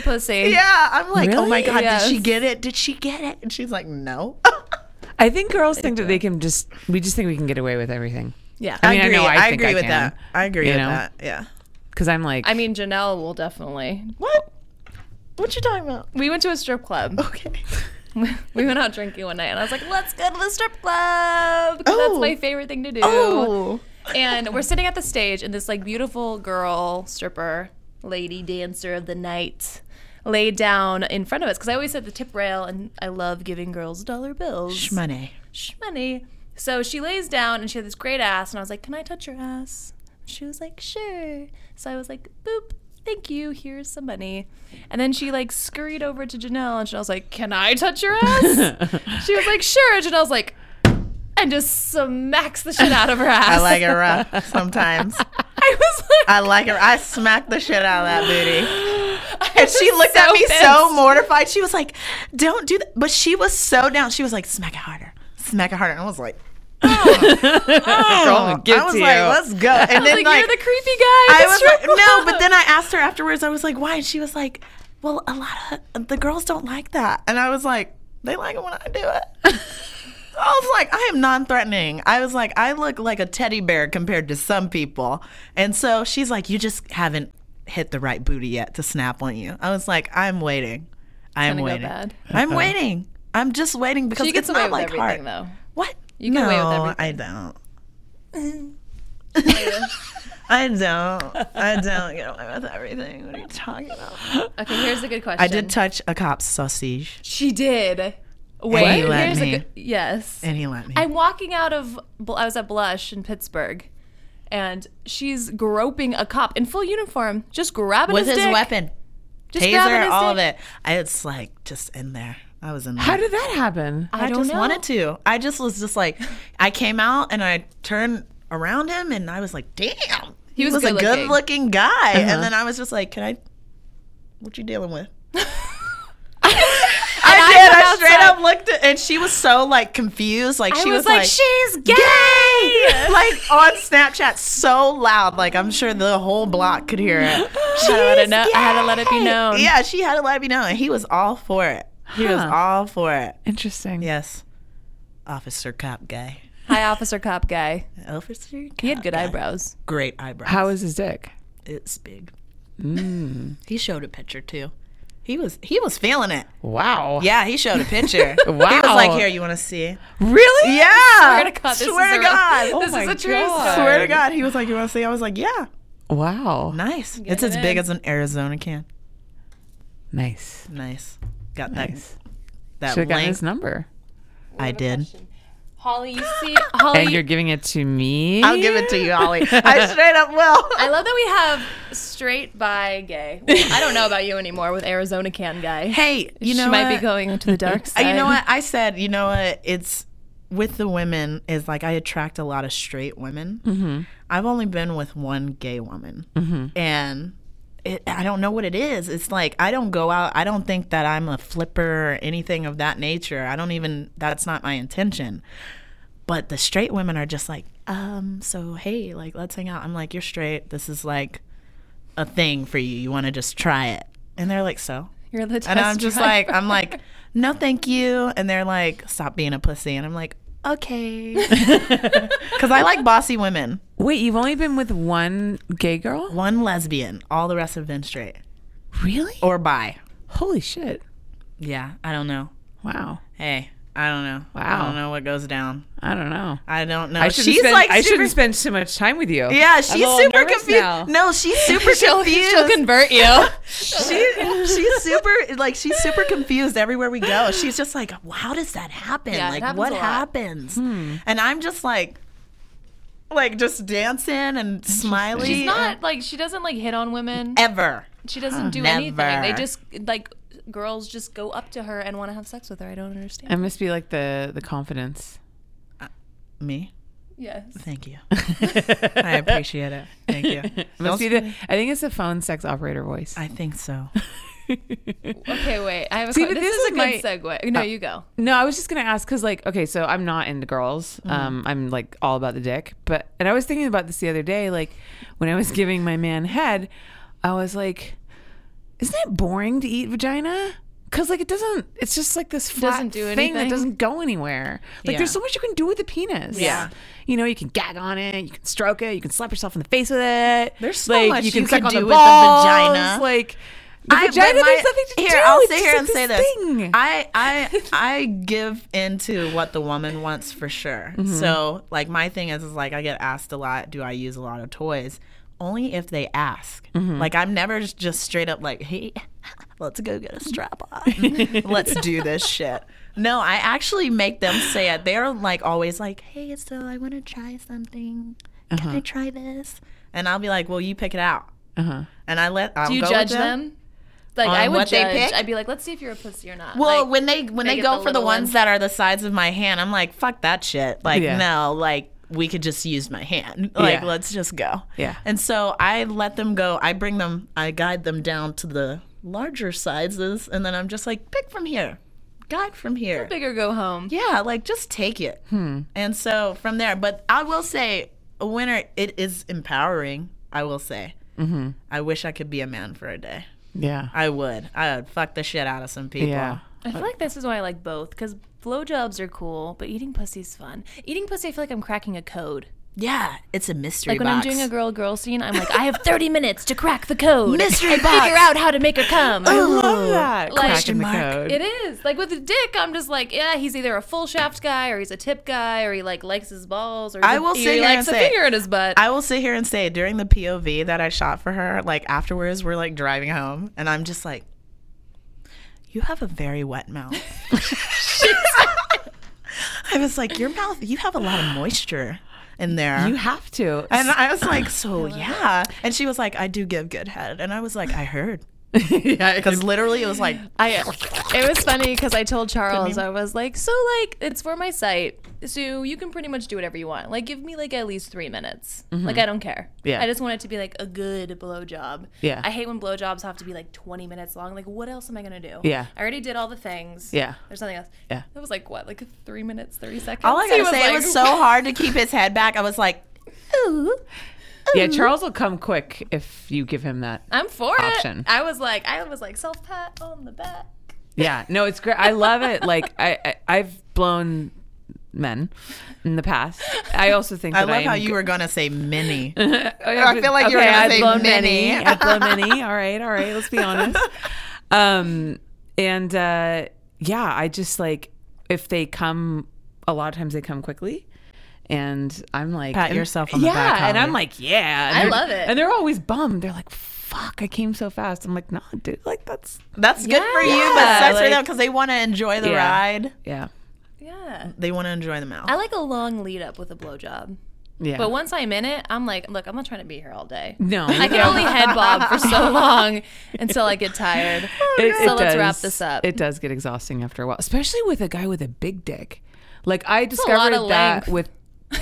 [LAUGHS] pussy. Yeah, I'm like, oh my Really? god, did she Yes. get it? Did she get it? And she's like, no. [LAUGHS] I think girls think that they can just. We just think we can get away with everything. Yeah. I mean, I know I think agree I with can, that. I agree you with know? that. Yeah. Because I'm like, [LAUGHS] I mean, Janelle will definitely. What? What you talking about? We went to a strip club. Okay. [LAUGHS] we went out drinking one night, and I was like, "Let's go to the strip club." 'cause Oh. That's my favorite thing to do. And we're sitting at the stage, and this like beautiful girl stripper, lady dancer of the night, laid down in front of us because I always said the tip rail, and I love giving girls dollar bills. Money. Shmoney. So she lays down and she had this great ass, and I was like, Can I touch your ass? She was like, Sure. So I was like, Boop, thank you. Here's some money. And then she like scurried over to Janelle and Janelle's like, Can I touch your [LAUGHS] ass? she was like, Sure. Janelle's like, and just smacks the shit out of her [LAUGHS] ass. I like it rough sometimes. I was like, I like it. I smacked the shit out of that booty. I And was she looked at me pissed. so [LAUGHS] mortified. She was like, don't do that. But she was so down. She was like, smack it harder. Smack it harder. And I was like, Girl, I get was to like, you. let's go. And then Like, like, you're the creepy guy. at I the was strip like, no, club." but then I asked her afterwards. I was like, why? And she was like, well, a lot of the girls don't like that. And I was like, they like it when I do [LAUGHS] it. I was like, I am non-threatening. I was like, I look like a teddy bear compared to some people. And so she's like, you just haven't hit the right booty yet to snap on you. I was like, I'm waiting. I'm gonna go waiting. bad. I'm waiting. I'm just waiting because she gets it's away not with like everything, hard. though. What? You get away with No, everything. I [LAUGHS] don't. I don't. I don't get away with everything. What are you talking about? Okay, here's a good question. I did touch a cop's sausage, She did. And he let here's me. a good, yes. and he let me. I'm walking out of. Bl- I was at Blush in Pittsburgh, and she's groping a cop in full uniform, just grabbing With his dick, weapon, just grabbing taser, his all of dick. it. I, it's like just in there. I was in there. how did that happen? I, I, don't just know. wanted to. I just was just like, I came out and I turned around him and I was like, damn, he was was, a good-looking. Uh-huh. good looking guy. And then I was just like, can I? What you dealing [LAUGHS] with? I I did. went I straight outside. up looked at, and she was so like confused. Like I she was, was like, like she's gay. like on Snapchat so loud, like I'm sure the whole block could hear it. [LAUGHS] I had, to know, I had to She's let it be gay. known. Yeah, she had to let me know, and he was all for it. He was Huh. all for it. Interesting. Yes, officer cop guy. Hi, officer cop guy. Officer. Cop He had good guy. eyebrows. Great eyebrows. How is his dick? Mm. [LAUGHS] it's big? He showed a picture too. He was he was feeling it. Wow. Yeah, he showed a [LAUGHS] picture. He was Wow. like, "Here, you want to see?" Really? Yeah. Swear [LAUGHS] to God, this Swear is to a [LAUGHS] real- God. this my is a true God. story. Swear to God. He was like, "You want to see?" I was like, "Yeah." Wow. Nice. Get it's it as in. big as an Arizona can. Nice. Nice. Got Nice. that. That Should have gotten length. his number. I did. [LAUGHS] Holly, you [LAUGHS] see, Holly, And you're giving it to me. I'll give it to you, [LAUGHS] Ollie. I straight up will. I love that we have straight by [LAUGHS] gay. Well, I don't know about you anymore with Arizona can guy. Hey, you know she might what? be [LAUGHS] going into the dark Uh, side. You know what? I said, you know what? It's with the women is like I attract a lot of straight women. Mm-hmm. I've only been with one gay woman, and it, I don't know what it is. It's like I don't go out. I don't think that I'm a flipper or anything of that nature. I don't even. That's not my intention. But the straight women are just like, um, so hey, like let's hang out. I'm like, you're straight. This is like a thing for you. You want to just try it. And they're like, so? You're the test And I'm just drive. like, I'm like, no, thank you. And they're like, stop being a pussy. And I'm like, [LAUGHS] okay. Because I like bossy women. Wait, you've only been with one gay girl? One lesbian, all the rest have been straight Really? or bi. Holy shit. Yeah, I don't know. Wow. Hey, I don't know. I Wow. don't know what goes down. I don't know. I don't know. I shouldn't, she's spend, like, I super, shouldn't spend too much time with you. yeah, she's little super nervous confused. now. No, she's [LAUGHS] super she'll, confused. she'll [LAUGHS] [LAUGHS] convert you. she she's super like she's super confused everywhere we go. She's just like, how does that happen? Yeah, it like happens what a lot. happens? And I'm just like like just dancing and smiling. She's not like she doesn't like hit on women. ever. She doesn't do anything. Never. They just like girls just go up to her and want to have sex with her. I don't understand. It must be like the the confidence. [LAUGHS] Me? Yes. Thank you. I appreciate it. Thank you. It must be the. I think it's the phone sex operator voice. I think so. Okay, wait. I have a See, que- but this, this is uh, a is good my- segue. No, you go. No, I was just gonna ask because, like, okay, so I'm not into girls. Mm-hmm. Um, I'm like all about the dick, but and I was thinking about this the other day, like when I was giving my man head, I was like, isn't it boring to eat vagina? Because like it doesn't. It's just like this flat Doesn't do thing that anything. doesn't go anywhere. Like there's Yeah. so much you can do with the penis. Yeah. you know, you can gag on it, you can stroke it, you can slap yourself in the face with it. There's so like, much you can you suck could on do the with the vagina. balls, Like. The I- but vagina, my- there's nothing to here, do. I'll It's sit just, here like, and say this. Thing. I I I give into what the woman wants for sure. Mm-hmm. So like my thing is is like I get asked a lot, do I use a lot of toys? Only if they ask. Mm-hmm. Like I'm never just- just straight up like, hey, [LAUGHS] let's go get a strap [LAUGHS] on. let's do this shit. No, I actually make them say it. They're like always like, hey, so I want to try something. Can I try this? And I'll be like, well, you pick it out. Uh-huh. And I let I'll Do you go with judge them. them? Like On I would what they judge. pick? I'd be like, let's see if you're a pussy or not. Well, Like, when they when they they get go the for the little ones ones. that are the sides of my hand, I'm like, fuck that shit. Like, Yeah. no, like we could just use my hand. Like, Yeah. let's just go. Yeah. And so I let them go. I bring them. I guide them down to the larger sizes, and then I'm just like, pick from here, guide from here. bigger go home. Yeah, like just take it. And so from there, but I will say, a winner. It is empowering. I will say. Mm-hmm. I wish I could be a man for a day. Yeah. I would. I would fuck the shit out of some people. Yeah. I feel like this is why I like both because blowjobs are cool, but eating pussy's fun. Eating pussy, I feel like I'm cracking a code. Yeah, it's a mystery Like when box. I'm doing a girl girl scene, I'm like, I have 30 minutes to crack the code. Mystery and box. Figure out how to make her come. love that. Like- Cracking Question the mark. code. It is like with a dick. I'm just like, yeah, he's either a full shaft guy, or he's a tip guy, or he like likes his balls, or I he- will he sit here likes and a say- finger in his butt. I will sit here and say during the POV that I shot for her, like afterwards, we're like driving home, and I'm just like, "You have a very wet [LAUGHS] mouth." [LAUGHS] I was like, "Your mouth, you have a lot of moisture in there." you have to. and [LAUGHS] I was like, "So yeah," and she was like, "I do give good head," and I was like, "I heard," yeah, because literally it was like, I it was funny because I told Charles I was like, so like it's for my site, so you can pretty much do whatever you want. Like give me like at least three minutes. Mm-hmm. Like I don't care. Yeah. I just want it to be like a good blowjob. Yeah. I hate when blowjobs have to be like twenty minutes long. Like what else am I gonna do? Yeah. I already did all the things. yeah. There's nothing else. Yeah. It was like what, like three minutes, thirty seconds. all I He gotta say, it like- [LAUGHS] was so hard to keep his head back. I was like, "Ooh." Yeah, Charles will come quick if you give him that. I'm for Option. it. I was like, I was like self pat on the back. Yeah, no, it's great. I love it. Like I, I I've blown men in the past. I also think I that love am how you were gonna say mini. I feel like you were gonna I've say blown many. [LAUGHS] I've blown many. All right, all right. Let's be honest. Um, and uh, yeah, I just like if they come. A lot of times they come quickly, and I'm like, Pat and- yourself on the yeah, back, and I'm Holly. like, yeah, and I they're- love it. And they're always bummed. They're like, fuck, I came so fast. I'm like, no, dude, like that's That's good for you, but Yeah, sucks for like- them because they want to enjoy the Yeah. ride. yeah, Yeah. They want to enjoy the mouth. I like a long lead up with a blowjob. yeah. But once I'm in it, I'm like, look, I'm not trying to be here [LAUGHS] all day. no, I can [LAUGHS] only head bob for so long until I [LAUGHS] get tired. Oh, so let's wrap this up. It does get exhausting after a while, especially with a guy with a big dick. Like a I lot discovered that of length. with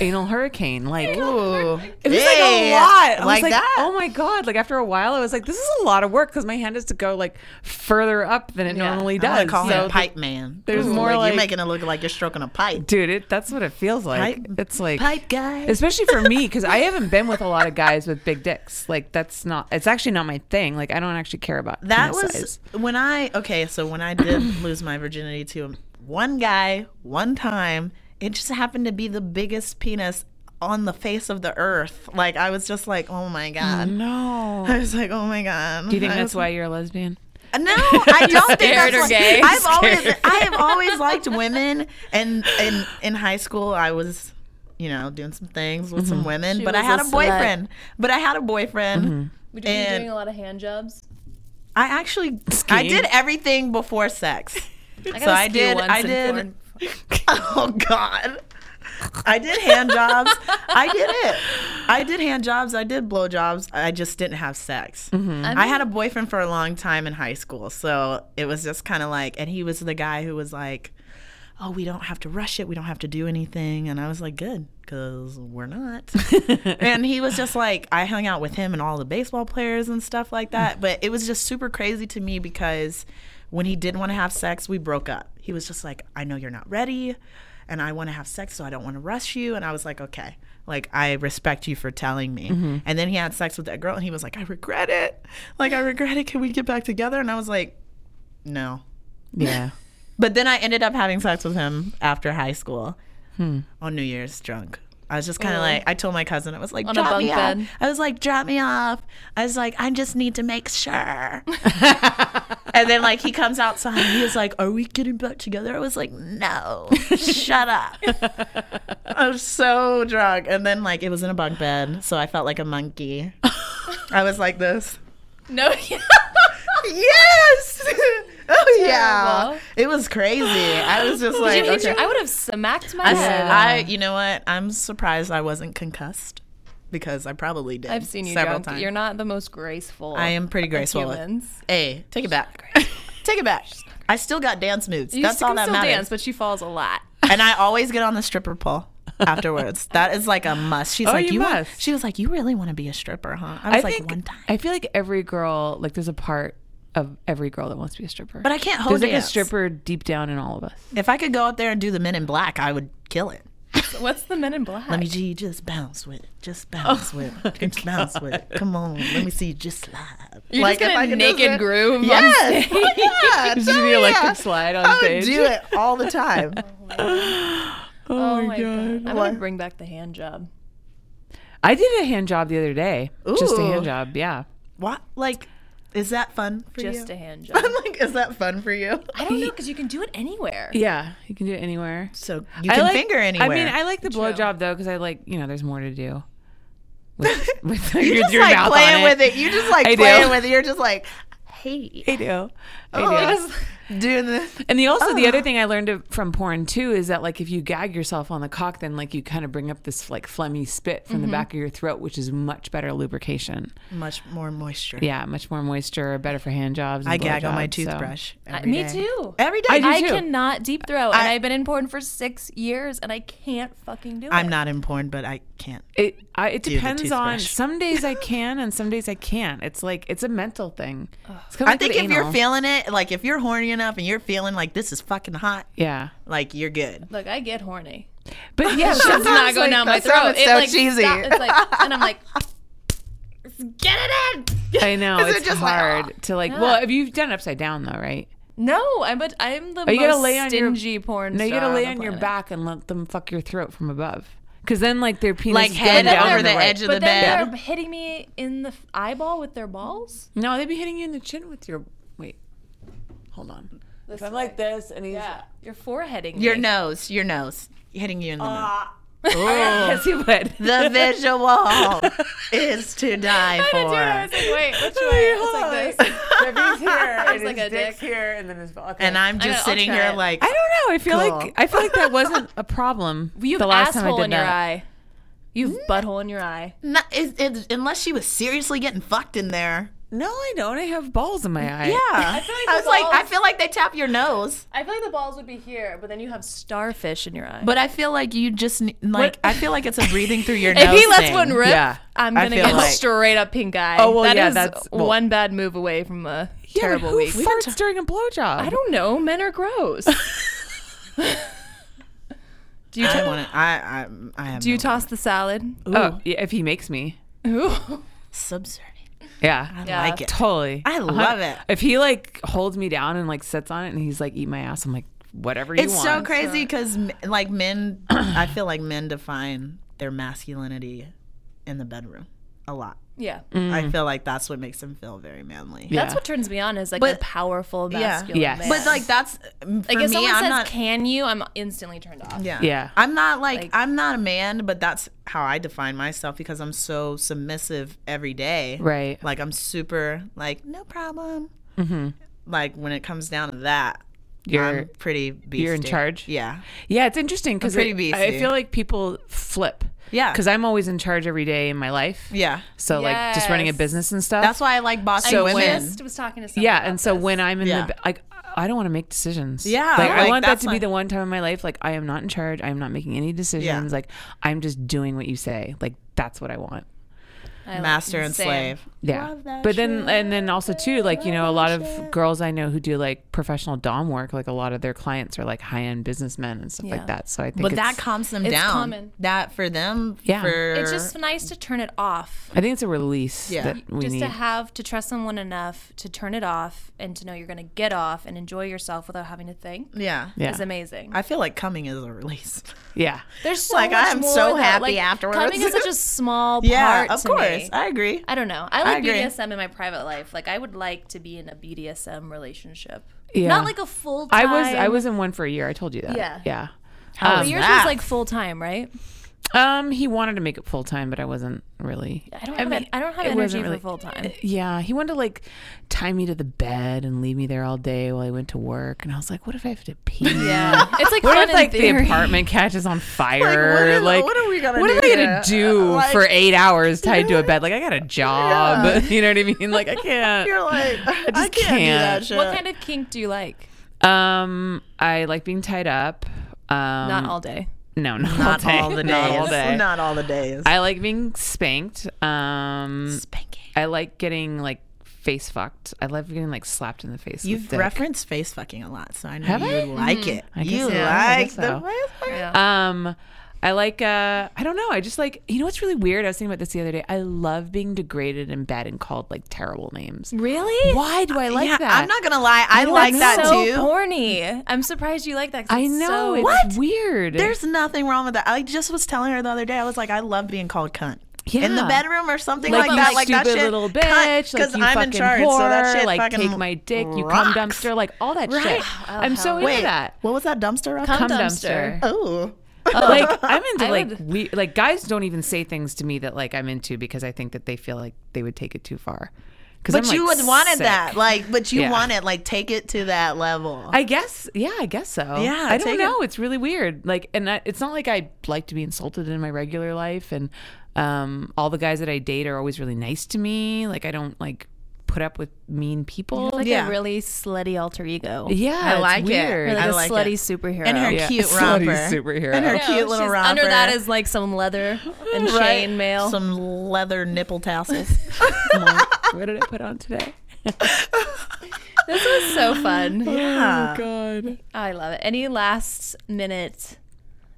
anal hurricane. Like Ooh. it was like a lot. I was Like, that. Oh my god! Like after a while, I was like, this is a lot of work because my hand has to go like further up than it Yeah. normally I want does. to call So him Pipe Man. there's more like- you're making it look like you're stroking a pipe. dude, it, that's what it feels like. Pipe- it's like pipe guy. especially for me because I haven't been with a lot of guys with big dicks. Like that's not. It's actually not my thing. Like I don't actually care about That penis was size. when I okay. So when I did [CLEARS THROAT] lose my virginity to one guy one time, it just happened to be the biggest penis on the face of the earth. Like I was just like, oh my god. no. [LAUGHS] I was like, oh my god. Mm. Do you think that's why you're a lesbian? No, I don't think scared that's or why- gay? I've always I have always liked women, and in in high school I was. You know, doing some things with some women, She but I was had a a, slut. boyfriend. But I had a boyfriend, Would you be And- doing a lot of hand jobs? I actually I Skiing. did everything before sex. [LAUGHS] I So I did I did Oh god. I did hand jobs. I did it. I did hand jobs. I did blow jobs. I just didn't have sex. Mm-hmm. Mm. I had a boyfriend for a long time in high school. So it was just kind of like, and he was the guy who was like, oh, we don't have to rush it. We don't have to do anything. And I was like, good, because we're not. and he was just like, I hung out with him and all the baseball players and stuff like that. But it was just super crazy to me because when he did want to have sex, we broke up. He was just like, I know you're not ready and I want to have sex, so I don't want to rush you. And I was like, okay. Like I respect you for telling me, and then he had sex with that girl, and he was like, "I regret it. Like I regret it. Can we get back together?" And I was like, "No, [LAUGHS] Yeah. but then I ended up having sex with him after high school on New Year's drunk. I was just kind of like, I told my cousin, I was like, Oh. On a drop me bunk bed. off. I was like, drop me off. I was like, I just need to make [LAUGHS] sure. and then like he comes outside, he was like, are we getting back together? I was like, no, shut up. I was so drunk. And then like it was in a bunk bed, so I felt like a monkey. I was like this. [LAUGHS] No. [LAUGHS] Yes. [LAUGHS] oh yeah. Terrible. It was crazy. I was just Did like, you hit okay. your, I uh, would have smacked my I, head. said, I, you know what? I'm surprised I wasn't concussed because I probably did. I've seen you several drunk. times. You're not the most graceful. I am pretty graceful. humans. Hey, take it back. [LAUGHS] take it back. I still got dance moves. You That's can all that still matters. dance, but she falls a [LAUGHS] lot. and I always get on the stripper pole [LAUGHS] afterwards. that is like a must. She's Oh, like, you you, want? must. She was like, you really want to be a stripper, huh? I was like, one time. I feel like every girl, like there's a part of every girl that wants to be a stripper. But I can't hold there's like a dance. stripper deep down in all of us. If I could go out there and do the Men in Black, I would kill it. What's the Men in Black? Let me see you just bounce with it. Just bounce with [LAUGHS] it. Just bounce with it. Come on. Let me see you just slide. You're just gonna naked groove. On [LAUGHS] Yes. stage. Oh, [LAUGHS] yeah. Just do the Tell ya. electric slide on I would stage. do it all the [LAUGHS] time. Oh, my god! I'm gonna What? bring back the hand job. I did a hand job the other day. Just a Ooh. hand job. Yeah. what? Like, is that fun for you? Just a hand job. [LAUGHS] I'm like, is that fun for you? I don't know because you can do it anywhere. Yeah. You can do it anywhere. So you can I like, finger anywhere. I mean, I like the blow True. job though because I like you know there's more [LAUGHS] to do. With, with you your, just your like mouth playing on with it. You just like I do. playing with it. You're just like, hey, I do. I Oh, do. it is- doing [LAUGHS] this. And the also the Ah. other thing I learned of- from porn too is that like if you gag yourself on the cock, then like you kind of bring up this like phlegmy spit from Mm-hmm. the back of your throat, which is much better lubrication. Much more moisture. Yeah, much more moisture, better for hand jobs. and I gag on my blowjobs, so- toothbrush. I- every me day. too. Every day. I do I too. cannot deep throat, and I- I've been in porn for six years, and I can't fucking do it. I'm not in porn, but I can't. It I, it Do the depends on. toothbrush. Some [LAUGHS] days I can, and some days I can't. It's like it's a mental thing. It's kinda I like think with if you're anal. feeling it, like if you're horny enough and you're feeling like this is fucking hot, yeah, like you're good. Look, I get horny. [LAUGHS] but yeah, It's sometimes, not going like- down my that throat. sounded It so like cheesy. stop- it's like, and I'm like, get it in. [LAUGHS] [LAUGHS] [LAUGHS] I know Is it it's just like, "Ah." hard to like. Well, if you've done it upside down though, right? No, I'm but I'm the you gotta most lay on your- stingy porn. No, you star gotta lay the on your planet. back and let them fuck your throat from above. Because then, like their penis Like is head going down over in the way. edge of But the bed. then they're hitting me in the f- eyeball with their balls. Mm. No, they'd be hitting you in the chin with your wait. Hold on. This if I'm way. like this and he's Yeah, you're foreheading. Your [LAUGHS] me. nose, your nose, hitting you in the Uh, yes, he would. nose. The [LAUGHS] visual is to die [LAUGHS] I did too, and I was for. like, wait, which way? [LAUGHS] It's like this. if [LAUGHS] he's here, and It's like his a dick's dick. here, and then his okay. And I'm I know, just I'll sitting try here it. like, I don't know. I feel Cool. like I feel like that wasn't a [LAUGHS] problem You have the last time I asshole did in your that. eye. You've butthole in your eye. Not, it, it, unless she was seriously getting fucked in there. No, I don't. I have balls in my [LAUGHS] eye. Yeah. I I, feel like was the like, I balls- feel like they tap your nose. I feel like the balls would be here, but then you have starfish in your eye. But I feel like you just, ne- like, I feel like it's a breathing [LAUGHS] through your nose. if he lets thing. one rip, Yeah. I'm I gonna feel get like- straight up pink eye. Oh, well, That yeah, is that's- well- one bad move away from a Yeah, but terrible who week. farts during a blowjob. I don't know. Men are [LAUGHS] gross. do you I to- want to, I, I, I have do you no- toss the salad? Oh, yeah, if he makes me. Ooh. subservient. Yeah. I Yeah. like it. Totally. Uh-huh. I love it. If he like holds me down and like sits on it and he's like eat my ass, I'm like whatever you It's want. so crazy because like men, I feel like men define their masculinity in the bedroom a lot. [LAUGHS] Yeah. I feel like that's what makes them feel very manly. That's Mm. Yeah. what turns me on is like a But- powerful yeah. masculine Yes. man. But like that's um, for like if me, someone I'm says not. can you, I'm instantly turned off. yeah. Yeah. I'm not like, Like- I'm not a man, but that's how I define myself because I'm so submissive every day. Right. Like I'm super like no problem. Like when it comes down to that, Mm-hmm. You're I'm pretty beasty. you're in charge? Yeah. Yeah, it's interesting because pretty I, beastie. feel like people flip. Yeah. Because I'm always in charge every day in my life. Yeah. So like just running a Yes. business and stuff. That's why I like bossy So women. when- Just was talking to someone. yeah, about and so this. when I'm in Yeah. the like, I don't want to make decisions. Yeah, like, I like, want that that's to be like- the one time in my life like I am not in charge. I am not making any decisions. Like I'm just doing what you say. Like that's what I want. I like master and Sam. slave. Yeah, but then and then also too like you know a lot of girls I know who do like professional dom work. Like a lot of their clients are like high end businessmen and stuff Yeah. like that. So I think But it's- that calms them it's down. common. That for them. Yeah. For, It's just nice to turn it off. I think it's a release Yeah. that we just need. to have to trust someone enough to turn it off and to know you're going to get off and enjoy yourself without having to think yeah. yeah, is amazing. I feel like coming is a [LAUGHS] release. [LAUGHS] yeah. There's so Like, much I am more, so though. happy Like, afterwards. Coming is such a small yeah, part. of to course. me. I agree. I don't know. I like agree. BDSM in my private life. Like I would like to be in a BDSM relationship. Yeah. Not like a full I time. was I was in one for a year. I told you that. Yeah. yeah. But was yours that? was like full time, right? Um, he wanted to make it full time, but I wasn't really. I don't have mean, en- I don't have it energy wasn't for full time. Yeah, he wanted to like tie me to the bed and leave me there all day while I went to work, and I was like, what if I have to pee? [LAUGHS] Yeah. it's like What fun if like in theory. the apartment [LAUGHS] catches on fire? are- Like, what are we gonna what am do I gonna here? Uh, do Like- for eight hours tied to a bed? Like, I got a job. [LAUGHS] You know what I [LAUGHS] mean? Like, I [LAUGHS] can't. You're [LAUGHS] like, I, just can't, do that can't. shit. [LAUGHS] What kind of kink do you like? Um, I like being tied up. Um, Not all day. no, not, not all day. all the days. Not all day. Not all the days. I like being spanked. Um, Spanking. I like getting like face fucked. I love getting like slapped in the face. You've with dick. referenced face fucking a lot, so I know Have you I? like Mm-hmm. it. guess you so. I like guess the so. face fucking. Um, I like. Uh, I don't know. I just like. You know what's really weird? I was thinking about this the other day. I love being degraded in bed and called like terrible names. Really? Why do I like Uh, yeah, that? I'm not gonna lie. I That's like that so too. Horny. I'm surprised you like that. 'cause I it's know. So, it's What? weird. There's nothing wrong with that. I just was telling her the other day. I was like, I love being called cunt. In the Yeah. bedroom or something like, like, you that, like stupid that shit. little Cunt, bitch, like 'cause you fucking whore, like fucking take my dick, you cum rocks. dumpster, like all that Right. shit. I'm so into Wait, that. what was that dumpster? rock? Cum Cum dumpster. dumpster. [LAUGHS] Oh, like I'm into I like would- we like guys don't even say things to me that like I'm into because I think that they feel like they would take it too far. Because but you would wanted that, like, but you Yeah. want it, like, take it to that level. I guess, yeah, I guess so. Yeah, I don't take know. It's really weird. Like, and I, it's not like I like to be insulted in my regular life, and um, all the guys that I date are always really nice to me. Like, I don't like put up with [LAUGHS] mean people. like Yeah. a really slutty alter ego. yeah, I it's like it. weird. Or like I a like it. slutty superhero. And her Yeah. cute Slutty romper, superhero. and her No, cute little she's- romper. Under that is like some leather [LAUGHS] and chain mail. some leather nipple [LAUGHS] tassels. what did I put on today? this [LAUGHS] was so fun. yeah. God. I love it. Any last minute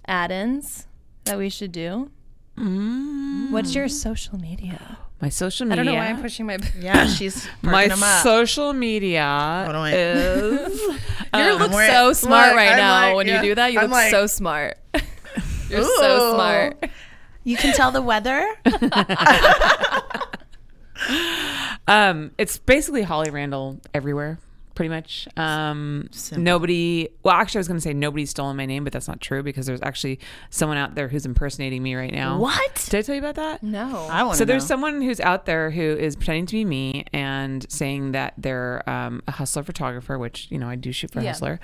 add-ins that we should do? Mm. What's your social media? My social media. I don't know why I'm pushing my. yeah, she's my perking them up. social media Hold on, wait. is You I'm look wearing- so smart look, right I'm now like- when yeah, you do that. You I'm look like- so smart. [LAUGHS] You're so Ooh. smart. You can tell the weather. um, it's basically Holly Randall everywhere, pretty much. Um, Simple. nobody. Well, actually, I was going to say nobody's stolen my name, but that's not true because there's actually someone out there who's impersonating me right now. What? Did I tell you about that? No. I want to So there's someone who's out there who is pretending to be me and saying that they're um, a hustler photographer, which you know I do shoot for Yeah. Hustler,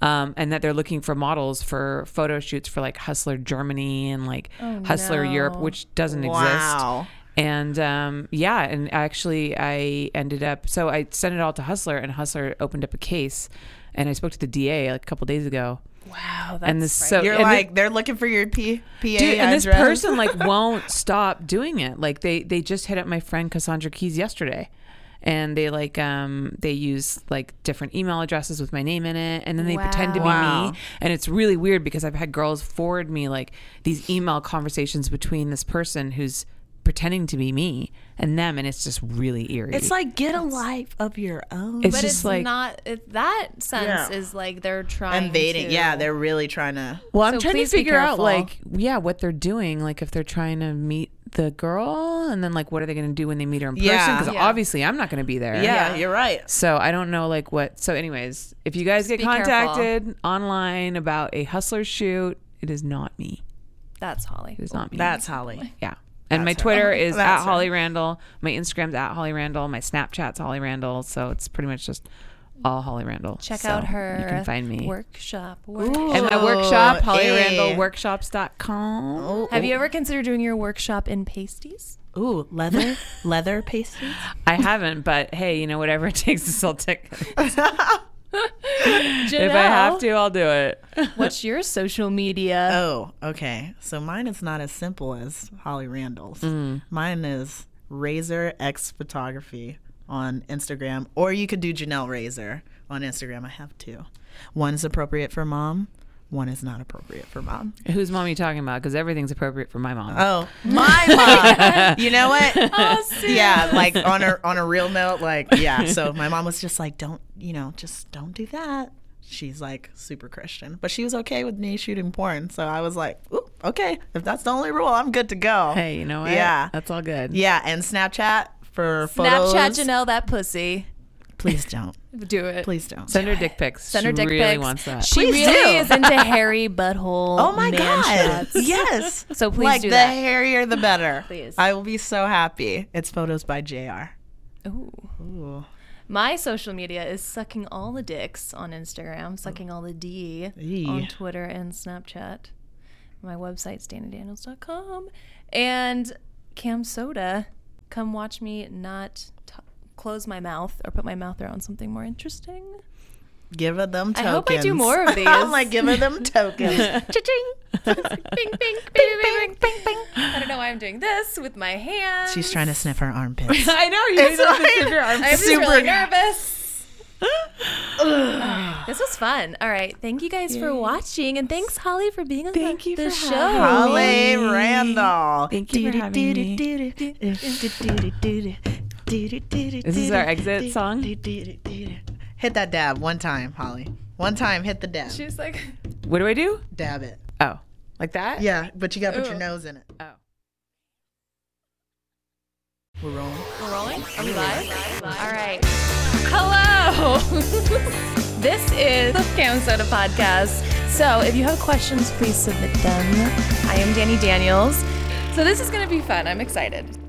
um, and that they're looking for models for photo shoots for like Hustler Germany and like Hustler Europe, Oh, no. which doesn't exist. Wow. And um, yeah, and actually, I ended up so I sent it all to Hustler, and Hustler opened up a case, and I spoke to the DA like a couple days ago, wow. That's and this so You're and thi- like, they're looking for your P- PA Dude, and this address. [LAUGHS] person like won't stop doing it. Like they they just hit up my friend Cassandra Keys yesterday, and they like um they use like different email addresses with my name in it, and then they pretend to be Wow. me, and it's really weird because I've had girls forward me like these email conversations between this person who's pretending to be me and them, and it's just really eerie. It's like, get a life of your own. It's but just it's like- not it, that sense Yeah. is like they're trying invading. to- Yeah, they're really trying to. well, I'm so trying to please be figure out careful. like yeah what they're doing, like if they're trying to meet the girl, and then like what are they going to do when they meet her in person? Yeah. Because Yeah. obviously I'm not going to be there. Yeah, you're right. So I don't know like what. So anyways, if you guys get be contacted online about a hustler shoot, it is not me. that's Holly. It is not me. That's Holly. yeah. And my Twitter is That's at her. Holly Randall. My Instagram's at Holly Randall. My Snapchat's Holly Randall. So it's pretty much just all Holly Randall. Check So out her You can find me. workshop. work- And my Ooh, workshop, Holly hey. Randall Workshops.com. Have you ever considered doing your workshop in [GASPS] pasties? Ooh, leather, leather pastries. I haven't, but hey, you know, whatever [LAUGHS] it takes to sell tickets. if I have to, I'll do it. what's your social [LAUGHS] media? Oh, okay. So mine is not as simple as Holly Randall's. Mine is Razor X Photography on Instagram, or you could do Janelle Razor on Instagram. I have two. One's appropriate for mom. One is not appropriate for mom. Who's mom you talking about? Because everything's appropriate for my mom. Oh, my mom. [LAUGHS] you know what? Oh, [LAUGHS] yeah, like on a on a real note, like yeah. So my mom was just like, don't you know, just don't do that. She's like super Christian, but she was okay with me shooting porn. So I was like, Ooh, okay, if that's the only rule, I'm good to go. Hey, you know what? Yeah. That's all good. yeah, and Snapchat for photos. Snapchat Janelle that pussy. Please don't. Do it. Please don't. Send her dick pics. Send her she dick really pics. wants that. She Please really do. is into hairy [LAUGHS] butthole. Oh my man god! shots. Yes. [LAUGHS] So please like do the that. hairier the better. Please. I will be so happy. It's photos by Jr. Ooh. Ooh. My social media is sucking all the dicks on Instagram, sucking all the D Eee. on Twitter and Snapchat. My website's dannydaniels.com. And Cam Soda, come watch me not t- close my mouth or put my mouth around something more interesting. Give her them I tokens. hope I do more of [LAUGHS] these. I'm like, give her [LAUGHS] them [LAUGHS] tokens. [LAUGHS] Cha-ching. bing, bing, bing, bing, bing, bing, bing. I don't know why I'm doing this with my hands. She's trying to sniff her armpits. [LAUGHS] I know. You It's like- I'm [LAUGHS] just Super- really nervous. this was fun. All right. Thank you guys for watching. And thanks, Holly, for being on Thank the, you the for show. having me. Holly Randall. Thank you for having me. This This is our exit song? Hit that dab one time, Holly. One time, hit the dab. She was like, What do I do? Dab it. Oh, like that? Yeah, but you gotta put your Ooh. nose in it. Oh. We're rolling. We're rolling? Are we live? All right. Hello. [LAUGHS] this is the Cam Soda Podcast. So if you have questions, please submit them. I am Danny Daniels. So this is going to be fun. I'm excited.